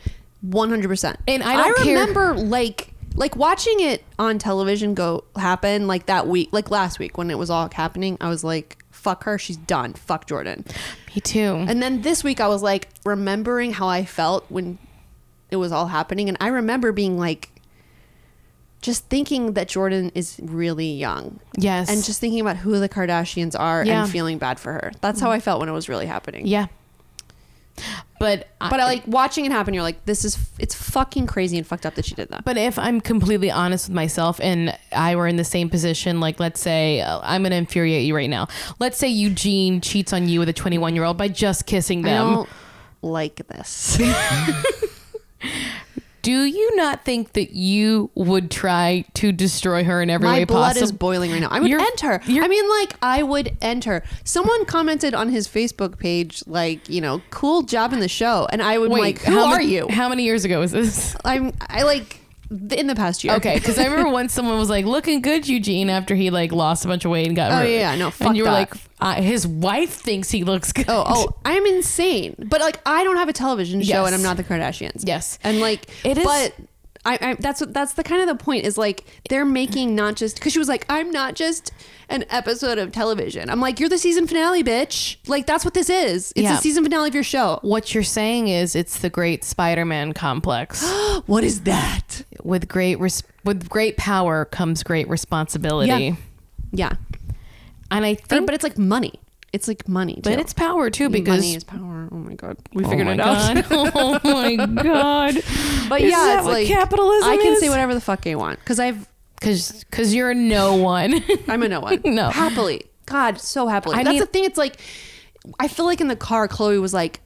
Speaker 2: 100%.
Speaker 1: And I don't care-
Speaker 2: remember like like watching it on television go happen like that week, like last week when it was all happening, I was like fuck her, she's done. Fuck Jordan.
Speaker 1: Me too.
Speaker 2: And then this week I was like remembering how I felt when it was all happening and I remember being like just thinking that Jordan is really young.
Speaker 1: Yes.
Speaker 2: And just thinking about who the Kardashians are
Speaker 1: Yeah. Mm.
Speaker 2: and feeling bad for her. That's how I felt when it was really happening.
Speaker 1: Yeah. But,
Speaker 2: But I like watching it happen. You're like, this is it's fucking crazy and fucked up that she did that.
Speaker 1: But if I'm completely honest with myself and I were in the same position, like let's say uh, I'm going to infuriate you right now. Let's say Eugene cheats on you with a 21 year old by just kissing
Speaker 2: I
Speaker 1: them.
Speaker 2: don't like this.
Speaker 1: Do you not think that you would try to destroy her in every
Speaker 2: My
Speaker 1: way
Speaker 2: blood
Speaker 1: possible?
Speaker 2: is boiling right now. I would
Speaker 1: You're-
Speaker 2: end her.
Speaker 1: you're-
Speaker 2: I mean, like I would end her. Someone commented on his Facebook page, like you know, cool job in the show, and I would
Speaker 1: Wait,
Speaker 2: like, who
Speaker 1: how ma-
Speaker 2: are you?
Speaker 1: How many years ago was this?
Speaker 2: I'm I like th- in the past year.
Speaker 1: Okay, because I remember once someone was like, "Looking good, Eugene," after he like lost a bunch of weight and got.
Speaker 2: Oh,
Speaker 1: really-
Speaker 2: yeah, yeah, no, fuck
Speaker 1: and you were
Speaker 2: that.
Speaker 1: like, I, "His wife thinks he looks good."
Speaker 2: Oh, oh, I'm insane. But like, I don't have a television show,
Speaker 1: Yes.
Speaker 2: and I'm not the Kardashians.
Speaker 1: Yes.
Speaker 2: and like,
Speaker 1: It is-
Speaker 2: it is. But I, I that's what that's the kind of the point is like they're making not just because she was like, I'm not just an episode of television. I'm like, you're the season finale, bitch. Like that's what this is. It's
Speaker 1: Yeah.
Speaker 2: the season finale of your show.
Speaker 1: What you're saying is it's the great Spider-Man complex.
Speaker 2: What is that?
Speaker 1: with great res- with great power comes great responsibility,
Speaker 2: Yeah. Yeah,
Speaker 1: and I
Speaker 2: but,
Speaker 1: think,
Speaker 2: but it's like money. It's like money. Too.
Speaker 1: but it's power too because
Speaker 2: money is power. Oh my god, we
Speaker 1: Oh
Speaker 2: figured
Speaker 1: my
Speaker 2: it out.
Speaker 1: God. oh my god!
Speaker 2: But
Speaker 1: Is
Speaker 2: yeah,
Speaker 1: that
Speaker 2: it's
Speaker 1: what
Speaker 2: like
Speaker 1: capitalism
Speaker 2: I can
Speaker 1: is?
Speaker 2: say whatever the fuck I want because I've
Speaker 1: Cause, cause you're no one.
Speaker 2: I'm a no one.
Speaker 1: No.
Speaker 2: Happily. God, so happily.
Speaker 1: I
Speaker 2: That's
Speaker 1: mean-
Speaker 2: the thing. It's like, I feel like in the car, Chloe was like,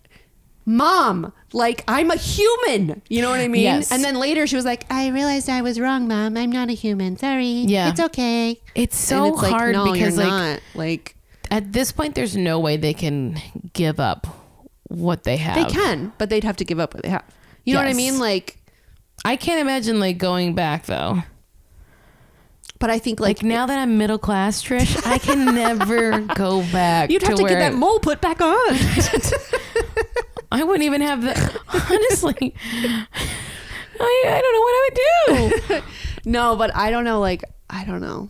Speaker 2: Mom, like, I'm a human. You know what I mean?
Speaker 1: Yes.
Speaker 2: And then later she was like, I realized I was wrong, Mom. I'm not a human. Sorry.
Speaker 1: Yeah.
Speaker 2: It's okay.
Speaker 1: It's so
Speaker 2: and it's like,
Speaker 1: hard
Speaker 2: no, you're
Speaker 1: because like
Speaker 2: not. Like,
Speaker 1: at this point there's no way they can give up what they have.
Speaker 2: they can, but they'd have to give up what they have. You know what I
Speaker 1: Yes.
Speaker 2: mean? Like,
Speaker 1: I can't imagine like going back though.
Speaker 2: but I think like,
Speaker 1: Like now that I'm middle class, Trish, I can never go back.
Speaker 2: you'd have to,
Speaker 1: where
Speaker 2: get that mole put back on.
Speaker 1: I wouldn't even have the honestly. I, I don't know what I would do.
Speaker 2: No, but I don't know. Like, I don't know.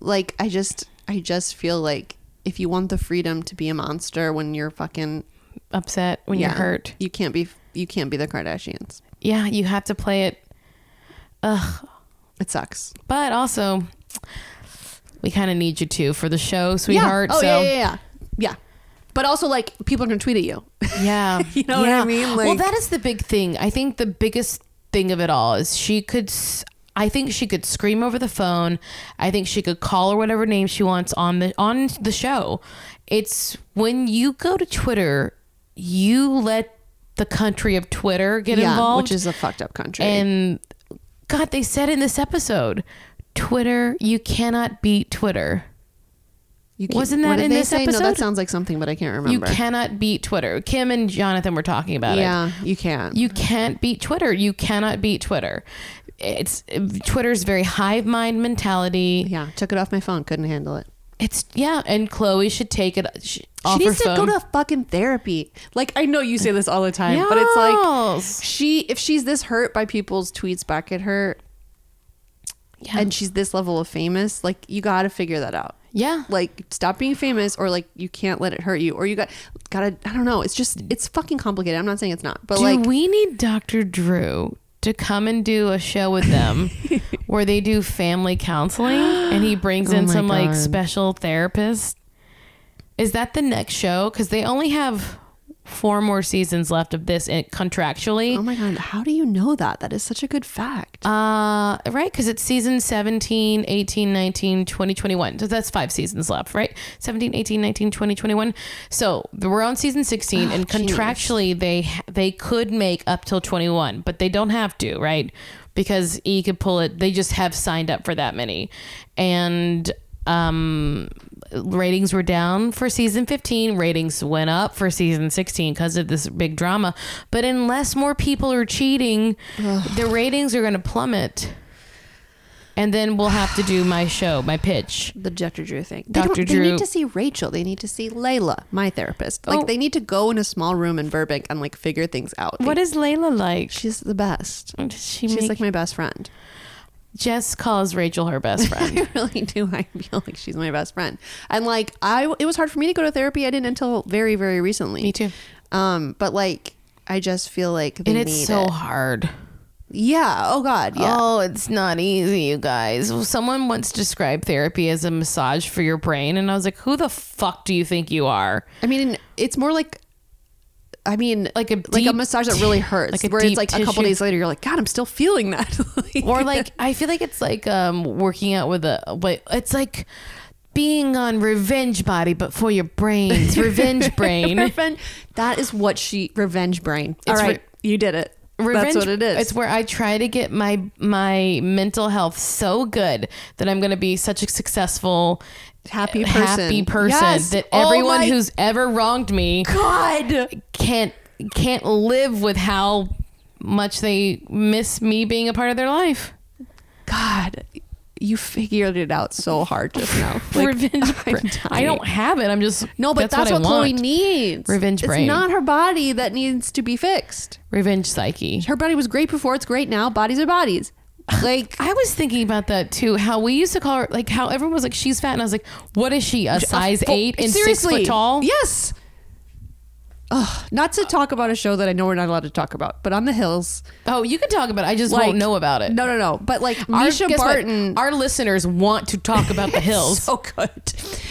Speaker 2: Like, I just, I just feel like if you want the freedom to be a monster when you're fucking
Speaker 1: Upset when
Speaker 2: yeah,
Speaker 1: you're hurt.
Speaker 2: you can't be you can't be the Kardashians.
Speaker 1: Yeah, you have to play it.
Speaker 2: It sucks.
Speaker 1: But also, we kind of need you to for the show, sweetheart.
Speaker 2: Yeah. Oh
Speaker 1: so
Speaker 2: yeah, yeah, yeah, yeah. But also, like, people are gonna tweet at you.
Speaker 1: Yeah.
Speaker 2: You know what I
Speaker 1: Yeah.
Speaker 2: mean?
Speaker 1: well,
Speaker 2: Like-
Speaker 1: that is the big thing. I think the biggest thing of it all is she could. s- I think she could scream over the phone. I think she could call her whatever name she wants on the on the show. It's when you go to Twitter, you let the country of Twitter get involved,
Speaker 2: which is a fucked up country.
Speaker 1: and God, they said in this episode, Twitter, you cannot beat Twitter.
Speaker 2: You can't-
Speaker 1: wasn't
Speaker 2: what
Speaker 1: that
Speaker 2: did
Speaker 1: in
Speaker 2: they
Speaker 1: this
Speaker 2: say? No, that
Speaker 1: episode?
Speaker 2: sounds like something, but I can't
Speaker 1: You
Speaker 2: remember.
Speaker 1: cannot beat Twitter. Kim and Jonathan were talking about it.
Speaker 2: Yeah, you can't.
Speaker 1: you can't beat Twitter. You cannot beat Twitter. It's Twitter's very hive mind mentality.
Speaker 2: yeah, took it off my phone. Couldn't handle it.
Speaker 1: It's yeah, and Chloe should take it sh off
Speaker 2: she needs
Speaker 1: her
Speaker 2: to go
Speaker 1: phone.
Speaker 2: to fucking therapy. Like I know you say this all the time, but
Speaker 1: Yes.
Speaker 2: it's like she if she's this hurt by people's tweets back at her
Speaker 1: Yeah.
Speaker 2: and she's this level of famous, like you got to figure that out.
Speaker 1: yeah,
Speaker 2: Like stop being famous or like you can't let it hurt you or you got got to I don't know. It's just it's fucking complicated. I'm not saying it's not, but
Speaker 1: do
Speaker 2: like
Speaker 1: we need Dr. Drew to come and do a show with them where they do family counseling and he brings in
Speaker 5: my
Speaker 1: some like
Speaker 5: God.
Speaker 1: special therapist? Is that the next show? Because they only have four more seasons left of this and contractually.
Speaker 2: Oh my god, how do you know that? That is such a good fact.
Speaker 1: Uh, right, because it's season 17, 18, 19, 20, 21. So that's five seasons left, right? 17, 18, 19, 20, 21. So we're on season 16, and contractually they they could make up till 21, but they don't have to, right? Because E could pull it. They just have signed up for that many, and um ratings were down for season 15 ratings went up for season 16 because of this big drama but unless more people are cheating the ratings are going to plummet and then we'll have to do my show my pitch
Speaker 2: the Dr. Drew thing. They,
Speaker 1: Dr.
Speaker 2: don't- they
Speaker 1: Drew-
Speaker 2: need to see Rachel. They need to see Layla, my therapist. Like
Speaker 1: Oh.
Speaker 2: they need to go in a small room in Burbank and like figure things out.
Speaker 1: what is layla like
Speaker 2: She's the best.
Speaker 1: Does she
Speaker 2: She's
Speaker 1: make-
Speaker 2: like my best friend.
Speaker 1: jess calls rachel her best friend
Speaker 2: I really do. I feel like she's my best friend. And like I it was hard for me to go to therapy. I didn't until very very recently.
Speaker 1: Me too.
Speaker 2: Um but like I just feel like they
Speaker 1: and
Speaker 2: need
Speaker 1: it's so
Speaker 2: it.
Speaker 1: hard
Speaker 2: Yeah. Oh god. Yeah.
Speaker 1: Oh, it's not easy, you guys. Someone once described therapy as a massage for your brain, and I was like, "Who the fuck do you think you are?"
Speaker 2: I mean, it's more like I mean,
Speaker 1: Like a
Speaker 2: like a
Speaker 1: deep-
Speaker 2: massage that really hurts.
Speaker 1: like a
Speaker 2: where it's
Speaker 1: deep
Speaker 2: like a couple
Speaker 1: tissue-
Speaker 2: days later, you're like, God, I'm still feeling that. Like-
Speaker 1: or like I feel like it's like um working out with a but it's like being on revenge body but for your brains revenge brain
Speaker 2: revenge. That is what she revenge brain. All
Speaker 1: It's
Speaker 2: right,
Speaker 1: re-
Speaker 2: you did it.
Speaker 1: revenge
Speaker 2: That's what it is.
Speaker 1: it's where i try to get my my mental health so good that i'm going to be such a successful uh,
Speaker 2: Happy
Speaker 1: happy
Speaker 2: person.
Speaker 1: person
Speaker 2: Yes.
Speaker 1: that
Speaker 2: Oh
Speaker 1: everyone
Speaker 2: my
Speaker 1: who's ever wronged me
Speaker 2: God.
Speaker 1: can't can't live with how much they miss me being a part of their life
Speaker 2: God, you figured it out so hard just now.
Speaker 1: revenge
Speaker 2: I'm
Speaker 1: brain. i
Speaker 2: dying.
Speaker 1: don't have it i'm just
Speaker 2: No, but that's, what,
Speaker 1: I
Speaker 2: Chloe
Speaker 1: want.
Speaker 2: needs.
Speaker 1: Revenge
Speaker 2: it's
Speaker 1: brain.
Speaker 2: not her body that needs to be fixed.
Speaker 1: revenge psyche
Speaker 2: Her body was great before. It's great now. Bodies are bodies. Like
Speaker 1: I was thinking about that too. How we used to call her, like how everyone was like, "She's fat," and I was like, "What is she? A size
Speaker 2: full-
Speaker 1: eight and six
Speaker 2: uh, Seriously.
Speaker 1: foot tall?"
Speaker 2: Yes. Ugh, not to talk about a show that I know we're not allowed to talk about, but on the hills,
Speaker 1: Oh, you can talk about. it. I just won't know about it.
Speaker 2: No, no, no. But like
Speaker 1: Our-
Speaker 2: Misha
Speaker 1: guess what?
Speaker 2: Barton,
Speaker 1: Our listeners want to talk about the hills.
Speaker 2: so good.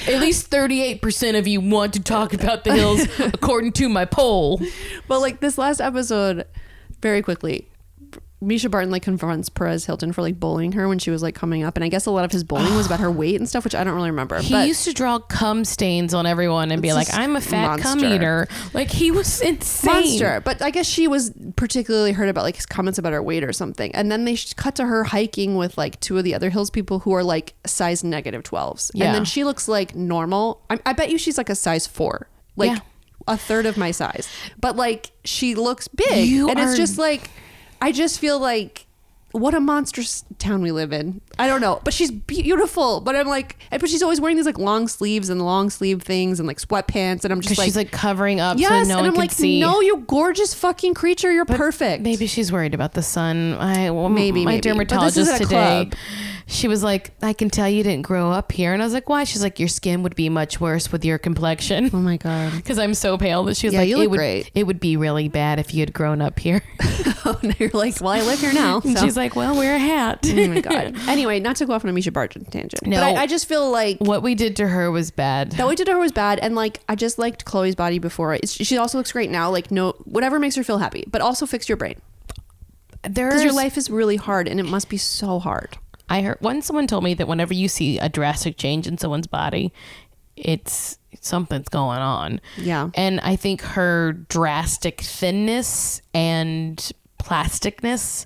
Speaker 1: At least thirty-eight percent of you want to talk about the hills, according to my poll.
Speaker 2: But like this last episode, very quickly, Misha Barton like confronts Perez Hilton for like bullying her when she was like coming up, and I guess a lot of his bullying was about her weight and stuff, which I don't really remember.
Speaker 1: He
Speaker 2: but
Speaker 1: used to draw cum stains on everyone and be
Speaker 2: It's
Speaker 1: like,
Speaker 2: just
Speaker 1: "I'm a fat cum
Speaker 2: monster.
Speaker 1: eater." Like he was insane.
Speaker 2: monster. But I guess she was particularly hurt about like his comments about her weight or something. And then they sh- cut to her hiking with like two of the other hills people who are like size negative twelves,
Speaker 1: Yeah.
Speaker 2: and then she looks like normal. I, I bet you she's like a size four, like
Speaker 1: Yeah.
Speaker 2: a third of my size. But like she looks big,
Speaker 1: You
Speaker 2: and
Speaker 1: are-
Speaker 2: it's just like I just feel like. What a monstrous town we live in. I don't know, but she's beautiful. But I'm like, and- but she's always wearing these like long sleeves and long sleeve things and like sweatpants, and I'm just
Speaker 1: Because
Speaker 2: like,
Speaker 1: she's like covering up
Speaker 2: yes,
Speaker 1: so no
Speaker 2: and
Speaker 1: one
Speaker 2: I'm
Speaker 1: can
Speaker 2: like,
Speaker 1: see.
Speaker 2: no, you gorgeous fucking creature, you're perfect.
Speaker 1: Maybe she's worried about the sun. I well,
Speaker 2: Maybe,
Speaker 1: maybe my
Speaker 2: maybe. But this
Speaker 1: dermatologist
Speaker 2: isn't a
Speaker 1: today.
Speaker 2: club.
Speaker 1: She was like, I can tell you didn't grow up here, and I was like, why? She's like, your skin would be much worse with your complexion.
Speaker 2: Oh my god.
Speaker 1: Because I'm so pale that she was
Speaker 2: Yeah,
Speaker 1: like,
Speaker 2: you
Speaker 1: it
Speaker 2: look
Speaker 1: would
Speaker 2: great.
Speaker 1: it would be really bad if you had grown up here.
Speaker 2: Oh, and you're like, well, I live here now.
Speaker 1: and
Speaker 2: so.
Speaker 1: she's like, well, wear a hat.
Speaker 2: oh my god. Anyway, not to go off on a Misha Barton tangent,
Speaker 1: No.
Speaker 2: but I, I just feel like
Speaker 1: what we did to her was bad.
Speaker 2: that we did to her was bad, and like I just liked Chloe's body before. It's, she also looks great now. Like no, whatever makes her feel happy, but also fix your brain because
Speaker 1: There's
Speaker 2: your life is really hard, and it must be so hard.
Speaker 1: I heard once someone told me that whenever you see a drastic change in someone's body, it's something's going on.
Speaker 2: Yeah.
Speaker 1: And I think her drastic thinness and plasticness,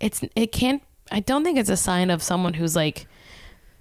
Speaker 1: it's it can't I don't think it's a sign of someone who's like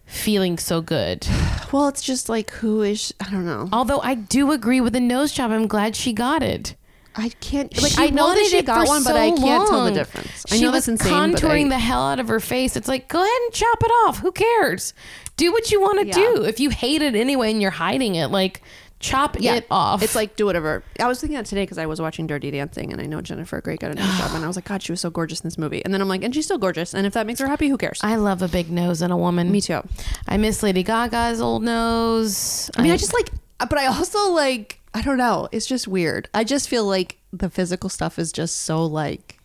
Speaker 1: feeling so good.
Speaker 2: Well, it's just like who is I don't know.
Speaker 1: Although I do agree with the nose job. I'm glad she got it.
Speaker 2: I can't. Like
Speaker 1: She
Speaker 2: I know that
Speaker 1: wanted
Speaker 2: she
Speaker 1: it
Speaker 2: got
Speaker 1: for
Speaker 2: one, but I
Speaker 1: so
Speaker 2: can't tell the
Speaker 1: long.
Speaker 2: difference. I
Speaker 1: she
Speaker 2: know
Speaker 1: was
Speaker 2: that's insane.
Speaker 1: contouring
Speaker 2: but I,
Speaker 1: the hell out of her face. It's like, go ahead and chop it off. Who cares? Do what you want to
Speaker 2: Yeah.
Speaker 1: do. If you hate it anyway and you're hiding it, like chop it off.
Speaker 2: It's like do whatever. I was thinking that today because I was watching Dirty Dancing, and I know Jennifer Grey got a nose job, and I was like, God, she was so gorgeous in this movie. And then I'm like, and she's still gorgeous, and if that makes her happy, who cares?
Speaker 1: I love a big nose in a woman.
Speaker 2: Me too.
Speaker 1: I miss Lady Gaga's old nose.
Speaker 2: I mean, I just like, uh, but I also like, I don't know. It's just weird. I just feel like the physical stuff is just so like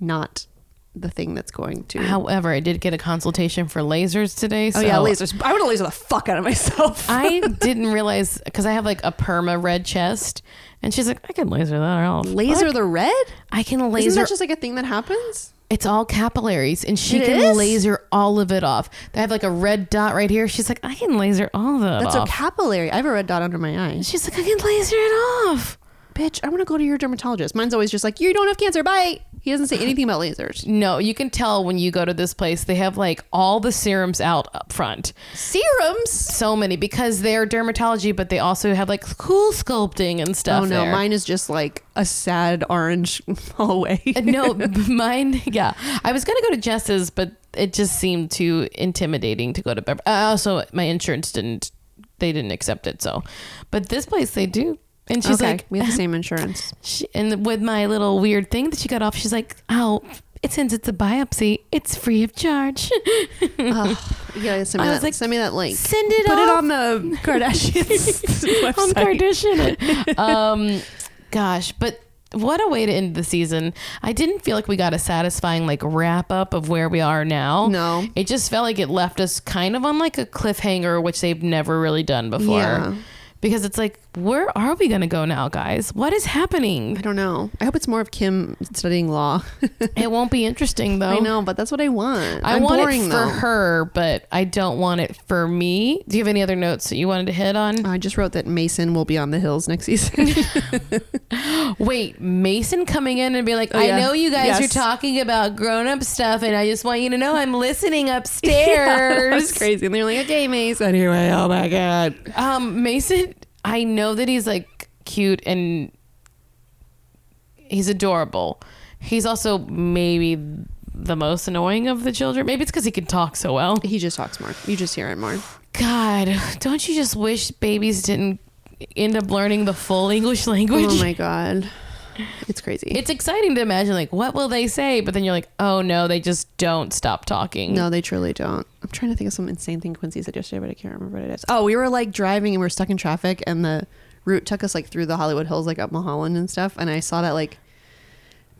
Speaker 2: not the thing that's going to.
Speaker 1: However, I did get a consultation for lasers today.
Speaker 2: oh
Speaker 1: So
Speaker 2: yeah, lasers. I would laser the fuck out of myself.
Speaker 1: I didn't realize because I have like a perma red chest, and she's like, I can laser that off.
Speaker 2: laser the red?
Speaker 1: I can
Speaker 2: Isn't
Speaker 1: laser
Speaker 2: that just like a thing that happens?
Speaker 1: It's all capillaries, and she
Speaker 2: It
Speaker 1: can
Speaker 2: is?
Speaker 1: laser all of it off. I have like a red dot right here. She's like, I can laser all of that
Speaker 2: That's
Speaker 1: off.
Speaker 2: a capillary. I have a red dot under my eye.
Speaker 1: She's like, I can laser it off.
Speaker 2: Bitch, I want to go to your dermatologist. Mine's always just like, you don't have cancer. Bye. He doesn't say anything about lasers.
Speaker 1: No, you can tell when you go to this place. They have like all the serums out up front.
Speaker 2: Serums.
Speaker 1: So many because they're dermatology, but they also have like cool sculpting and stuff.
Speaker 2: Oh no,
Speaker 1: there.
Speaker 2: mine is just like a sad orange hallway.
Speaker 1: no, mine. Yeah, I was gonna go to Jess's, but it just seemed too intimidating to go to Beverly. Uh, also, my insurance didn't. They didn't accept it. So, but this place they do. And she's like,
Speaker 2: we have the same insurance.
Speaker 1: she, and with my little weird thing that she got off, she's like, oh. It, since it's a biopsy, it's free of charge.
Speaker 2: Oh, Yeah, send me,
Speaker 1: I
Speaker 2: that,
Speaker 1: was like,
Speaker 2: send me that link.
Speaker 1: Send it
Speaker 2: Put it
Speaker 1: off.
Speaker 2: on the Kardashians
Speaker 1: I'm
Speaker 2: website.
Speaker 1: Kardashian it. um, gosh, but what a way to end the season. I didn't feel like we got a satisfying like wrap up of where we are now.
Speaker 2: No.
Speaker 1: It just felt like it left us kind of on like a cliffhanger, which they've never really done before.
Speaker 2: Yeah.
Speaker 1: Because it's like, where are we going to go now, guys? What is
Speaker 2: I
Speaker 1: happening?
Speaker 2: don't know. I hope it's more of Kim studying law.
Speaker 1: It won't be interesting though.
Speaker 2: I know, but that's what Oh. I want.
Speaker 1: I
Speaker 2: I'm
Speaker 1: want
Speaker 2: boring,
Speaker 1: it for
Speaker 2: though.
Speaker 1: her, but I don't want it for me. Do you have any other notes that you wanted to hit on?
Speaker 2: I just wrote that Mason will be on the hills next season.
Speaker 1: Wait, Mason coming in and be like,
Speaker 2: Oh, yeah.
Speaker 1: I know you guys
Speaker 2: Yes.
Speaker 1: are talking about grown up stuff, and I just want you to know I'm listening upstairs.
Speaker 2: That's crazy. And they're like, okay, Mason. Anyway, oh my God.
Speaker 1: um, Mason, I know that he's like cute and he's adorable. He's also maybe the most annoying of the children. Maybe it's because he can talk so well.
Speaker 2: He just talks more. You just hear it more.
Speaker 1: God, don't you just wish babies didn't end up learning the full English language?
Speaker 2: Oh my God. It's crazy.
Speaker 1: it's exciting to imagine like what will they say but then you're like oh no they just don't stop talking
Speaker 2: No, they truly don't. I'm trying to think of some insane thing Quincy said yesterday, but I can't remember what it is. Oh, we were like driving and we were stuck in traffic, and the route took us like through the Hollywood Hills, like up Mulholland and stuff. And I saw that like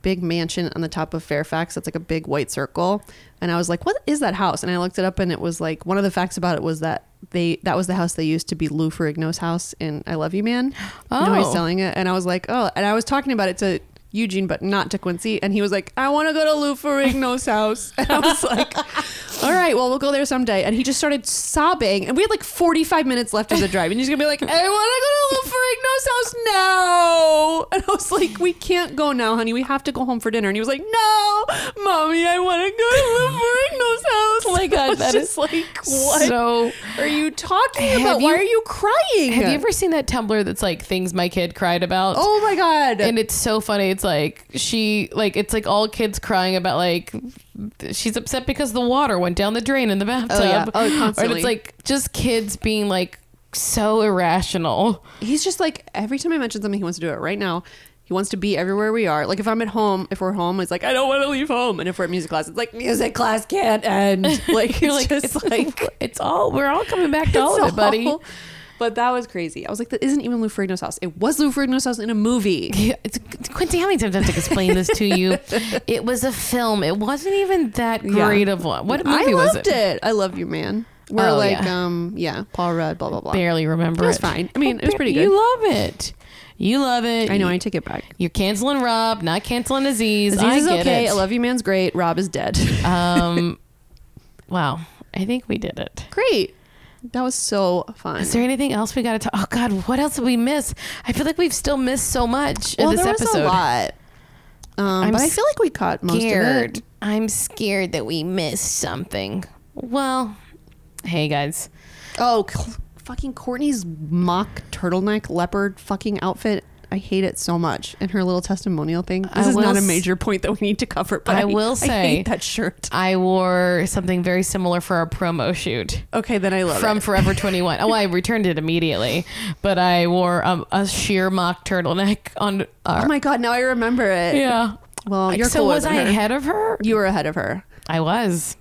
Speaker 2: big mansion on the top of Fairfax. That's like a big white circle. And I was like, what is that house? And I looked it up, and it was like one of the facts about it was that they that was the house they used to be Lou Ferrigno's house in I Love You Man. Oh, now he's
Speaker 1: Oh.
Speaker 2: selling it, and I was like, oh, and I was talking about it to. Eugene, but not to Quincy. And he was like, I want to go to Lou Ferrigno's house. And I was like, all right, well, we'll go there someday. And he just started sobbing. And we had like 45 minutes left of the drive. And he's going to be like, I want to go to Lou Ferrigno's house now. And I was like, we can't go now, honey. We have to go home for dinner. And he was like, no, mommy, I want to go to
Speaker 1: Oh
Speaker 2: Lou Ferrigno's house.
Speaker 1: my God,
Speaker 2: I was
Speaker 1: that
Speaker 2: just
Speaker 1: is
Speaker 2: like, what
Speaker 1: so
Speaker 2: are you talking
Speaker 1: Have
Speaker 2: about? Why
Speaker 1: you-
Speaker 2: are you crying?
Speaker 1: have you ever seen that tumblr that's like things my kid cried about
Speaker 2: Oh my God.
Speaker 1: and it's so funny it's like she like it's like all kids crying about like she's upset because the water went down the drain in the bathtub.
Speaker 2: yeah. Oh,
Speaker 1: Or
Speaker 2: constantly.
Speaker 1: it's like just kids being like so irrational.
Speaker 2: He's just like every time I mention something, he wants to do it right now. He wants to be everywhere we are. Like if I'm at home, if we're home, it's like I don't want to leave home. And if we're at music class, it's like music class can't end. Like
Speaker 1: You're
Speaker 2: it's
Speaker 1: like
Speaker 2: just
Speaker 1: it's
Speaker 2: like
Speaker 1: like it's all we're all coming back to all of it, buddy.
Speaker 2: So- But that was crazy. I was like, that isn't even Lou Ferrigno's house. It was Lou Ferrigno's house in a movie.
Speaker 1: Yeah, it's, Quincy, how many times do I have to explain this to you? It was a film. It wasn't even that
Speaker 2: Yeah.
Speaker 1: great of one. What
Speaker 2: I
Speaker 1: movie was
Speaker 2: loved
Speaker 1: it?
Speaker 2: it? I love you, man. We're
Speaker 1: Oh,
Speaker 2: like,
Speaker 1: yeah.
Speaker 2: um, yeah, Paul Rudd, blah blah blah.
Speaker 1: Barely remember
Speaker 2: It was
Speaker 1: it. Oh,
Speaker 2: fine. I mean, it was pretty good.
Speaker 1: You love it. You love it.
Speaker 2: I know. I take it back.
Speaker 1: You're canceling Rob, not canceling Aziz.
Speaker 2: Aziz
Speaker 1: I
Speaker 2: is
Speaker 1: get
Speaker 2: okay.
Speaker 1: It.
Speaker 2: I Uh, love you, man's great. Rob is dead.
Speaker 1: Um, wow. I think we did it.
Speaker 2: great. That was so fun.
Speaker 1: Is there anything else we got to talk? Oh God, what else did we miss? I feel like we've still missed so much in this
Speaker 2: there
Speaker 1: episode.
Speaker 2: was a lot. Um,
Speaker 1: I'm
Speaker 2: but I feel like we caught most
Speaker 1: Scared.
Speaker 2: of it.
Speaker 1: I'm scared that we missed something. Well, hey guys,
Speaker 2: Oh, cl- fucking Courtney's mock turtleneck leopard fucking outfit. I hate it so much. And her little testimonial thing. This
Speaker 1: I
Speaker 2: is
Speaker 1: will
Speaker 2: not a
Speaker 1: s-
Speaker 2: major point that we need to cover, but
Speaker 1: I will say-
Speaker 2: hate that shirt.
Speaker 1: I wore something very similar for our promo shoot.
Speaker 2: Okay, then I love
Speaker 1: from
Speaker 2: it.
Speaker 1: Forever 21. Oh, I returned it immediately, but I wore um, a sheer mock turtleneck on. Our,
Speaker 2: Oh my god, now I remember it.
Speaker 1: yeah.
Speaker 2: Well,
Speaker 1: Like,
Speaker 2: you're
Speaker 1: so
Speaker 2: cooler
Speaker 1: was
Speaker 2: than
Speaker 1: I
Speaker 2: her.
Speaker 1: ahead of her?
Speaker 2: You were ahead of her.
Speaker 1: I was,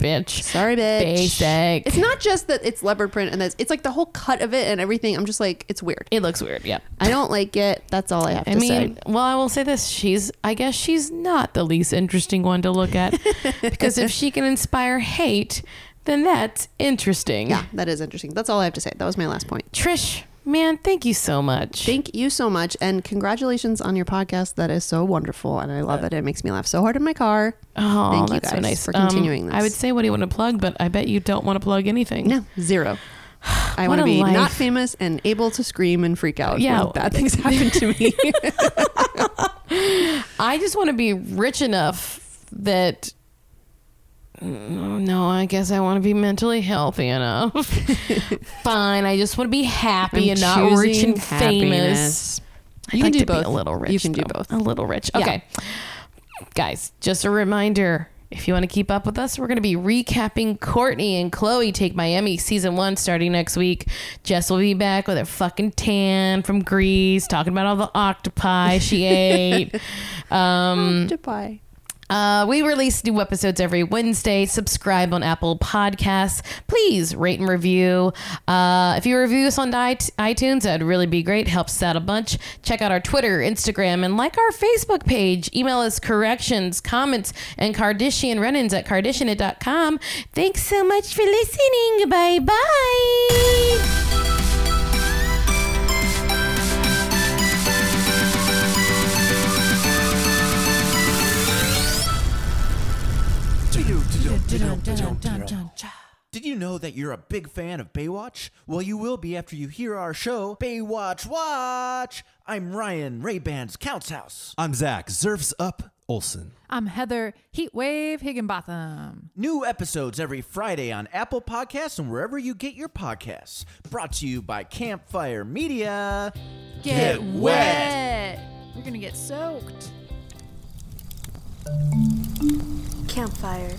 Speaker 1: bitch.
Speaker 2: Sorry, bitch.
Speaker 1: Basic.
Speaker 2: It's not just that it's leopard print and that's it's like the whole cut of it and everything. I'm just like, it's weird.
Speaker 1: It looks weird. Yeah.
Speaker 2: I don't like it. That's all I have
Speaker 1: I
Speaker 2: to
Speaker 1: mean,
Speaker 2: say.
Speaker 1: well, I will say this: she's, I guess, she's not the least interesting one to look at, because if she can inspire hate, then that's interesting.
Speaker 2: Yeah, that is interesting. That's all I have to say. That was my last point.
Speaker 1: Trish, man, thank you so much.
Speaker 2: Thank you so much. And congratulations on your podcast. That is so wonderful. And I love it. It makes me laugh so hard in my car.
Speaker 1: oh,
Speaker 2: thank you
Speaker 1: that's so
Speaker 2: guys
Speaker 1: nice
Speaker 2: for
Speaker 1: Um,
Speaker 2: continuing this.
Speaker 1: I would say what do you want to plug, but I bet you don't want to plug anything.
Speaker 2: No, zero. I
Speaker 1: What
Speaker 2: want to
Speaker 1: a
Speaker 2: be
Speaker 1: life.
Speaker 2: not famous and able to scream and freak out
Speaker 1: Yeah.
Speaker 2: when bad things happen to me.
Speaker 1: I just want to be rich enough that. Mm, No, I guess I want to be mentally healthy enough. Fine, I just want to be happy
Speaker 2: I'm
Speaker 1: and not rich
Speaker 2: choosing
Speaker 1: and famous.
Speaker 2: happiness.
Speaker 1: I'd
Speaker 2: You can
Speaker 1: like
Speaker 2: do
Speaker 1: to be
Speaker 2: both.
Speaker 1: a little rich.
Speaker 2: You can do
Speaker 1: though.
Speaker 2: both.
Speaker 1: A little rich.
Speaker 2: Yeah.
Speaker 1: Okay. Guys, just a reminder if you want to keep up with us, we're going to be recapping Courtney and Chloe Take Miami season one starting next week. Jess will be back with her fucking tan from Greece, talking about all the octopi she ate. Um,
Speaker 2: Goodbye.
Speaker 1: uh, we release new episodes every Wednesday. Subscribe on Apple Podcasts. Please rate and review. Uh, if you review us on it- iTunes, that'd really be great. Helps out a bunch. Check out our Twitter, Instagram, and like our Facebook page. Email us corrections, comments, and Kardashian run-ins at kardashian.com. Thanks so much for listening. Bye bye.
Speaker 6: Did you know that you're a big fan of Baywatch? Well, you will be after you hear our show, Baywatch Watch. I'm Ryan Rayband's Counts House.
Speaker 7: I'm Zach. Zerf's up. Olson.
Speaker 8: I'm Heather Heatwave Higginbotham.
Speaker 6: New episodes every Friday on Apple Podcasts and wherever you get your podcasts. Brought to you by Campfire Media. Get wet.
Speaker 8: We're gonna get soaked.
Speaker 9: Campfire.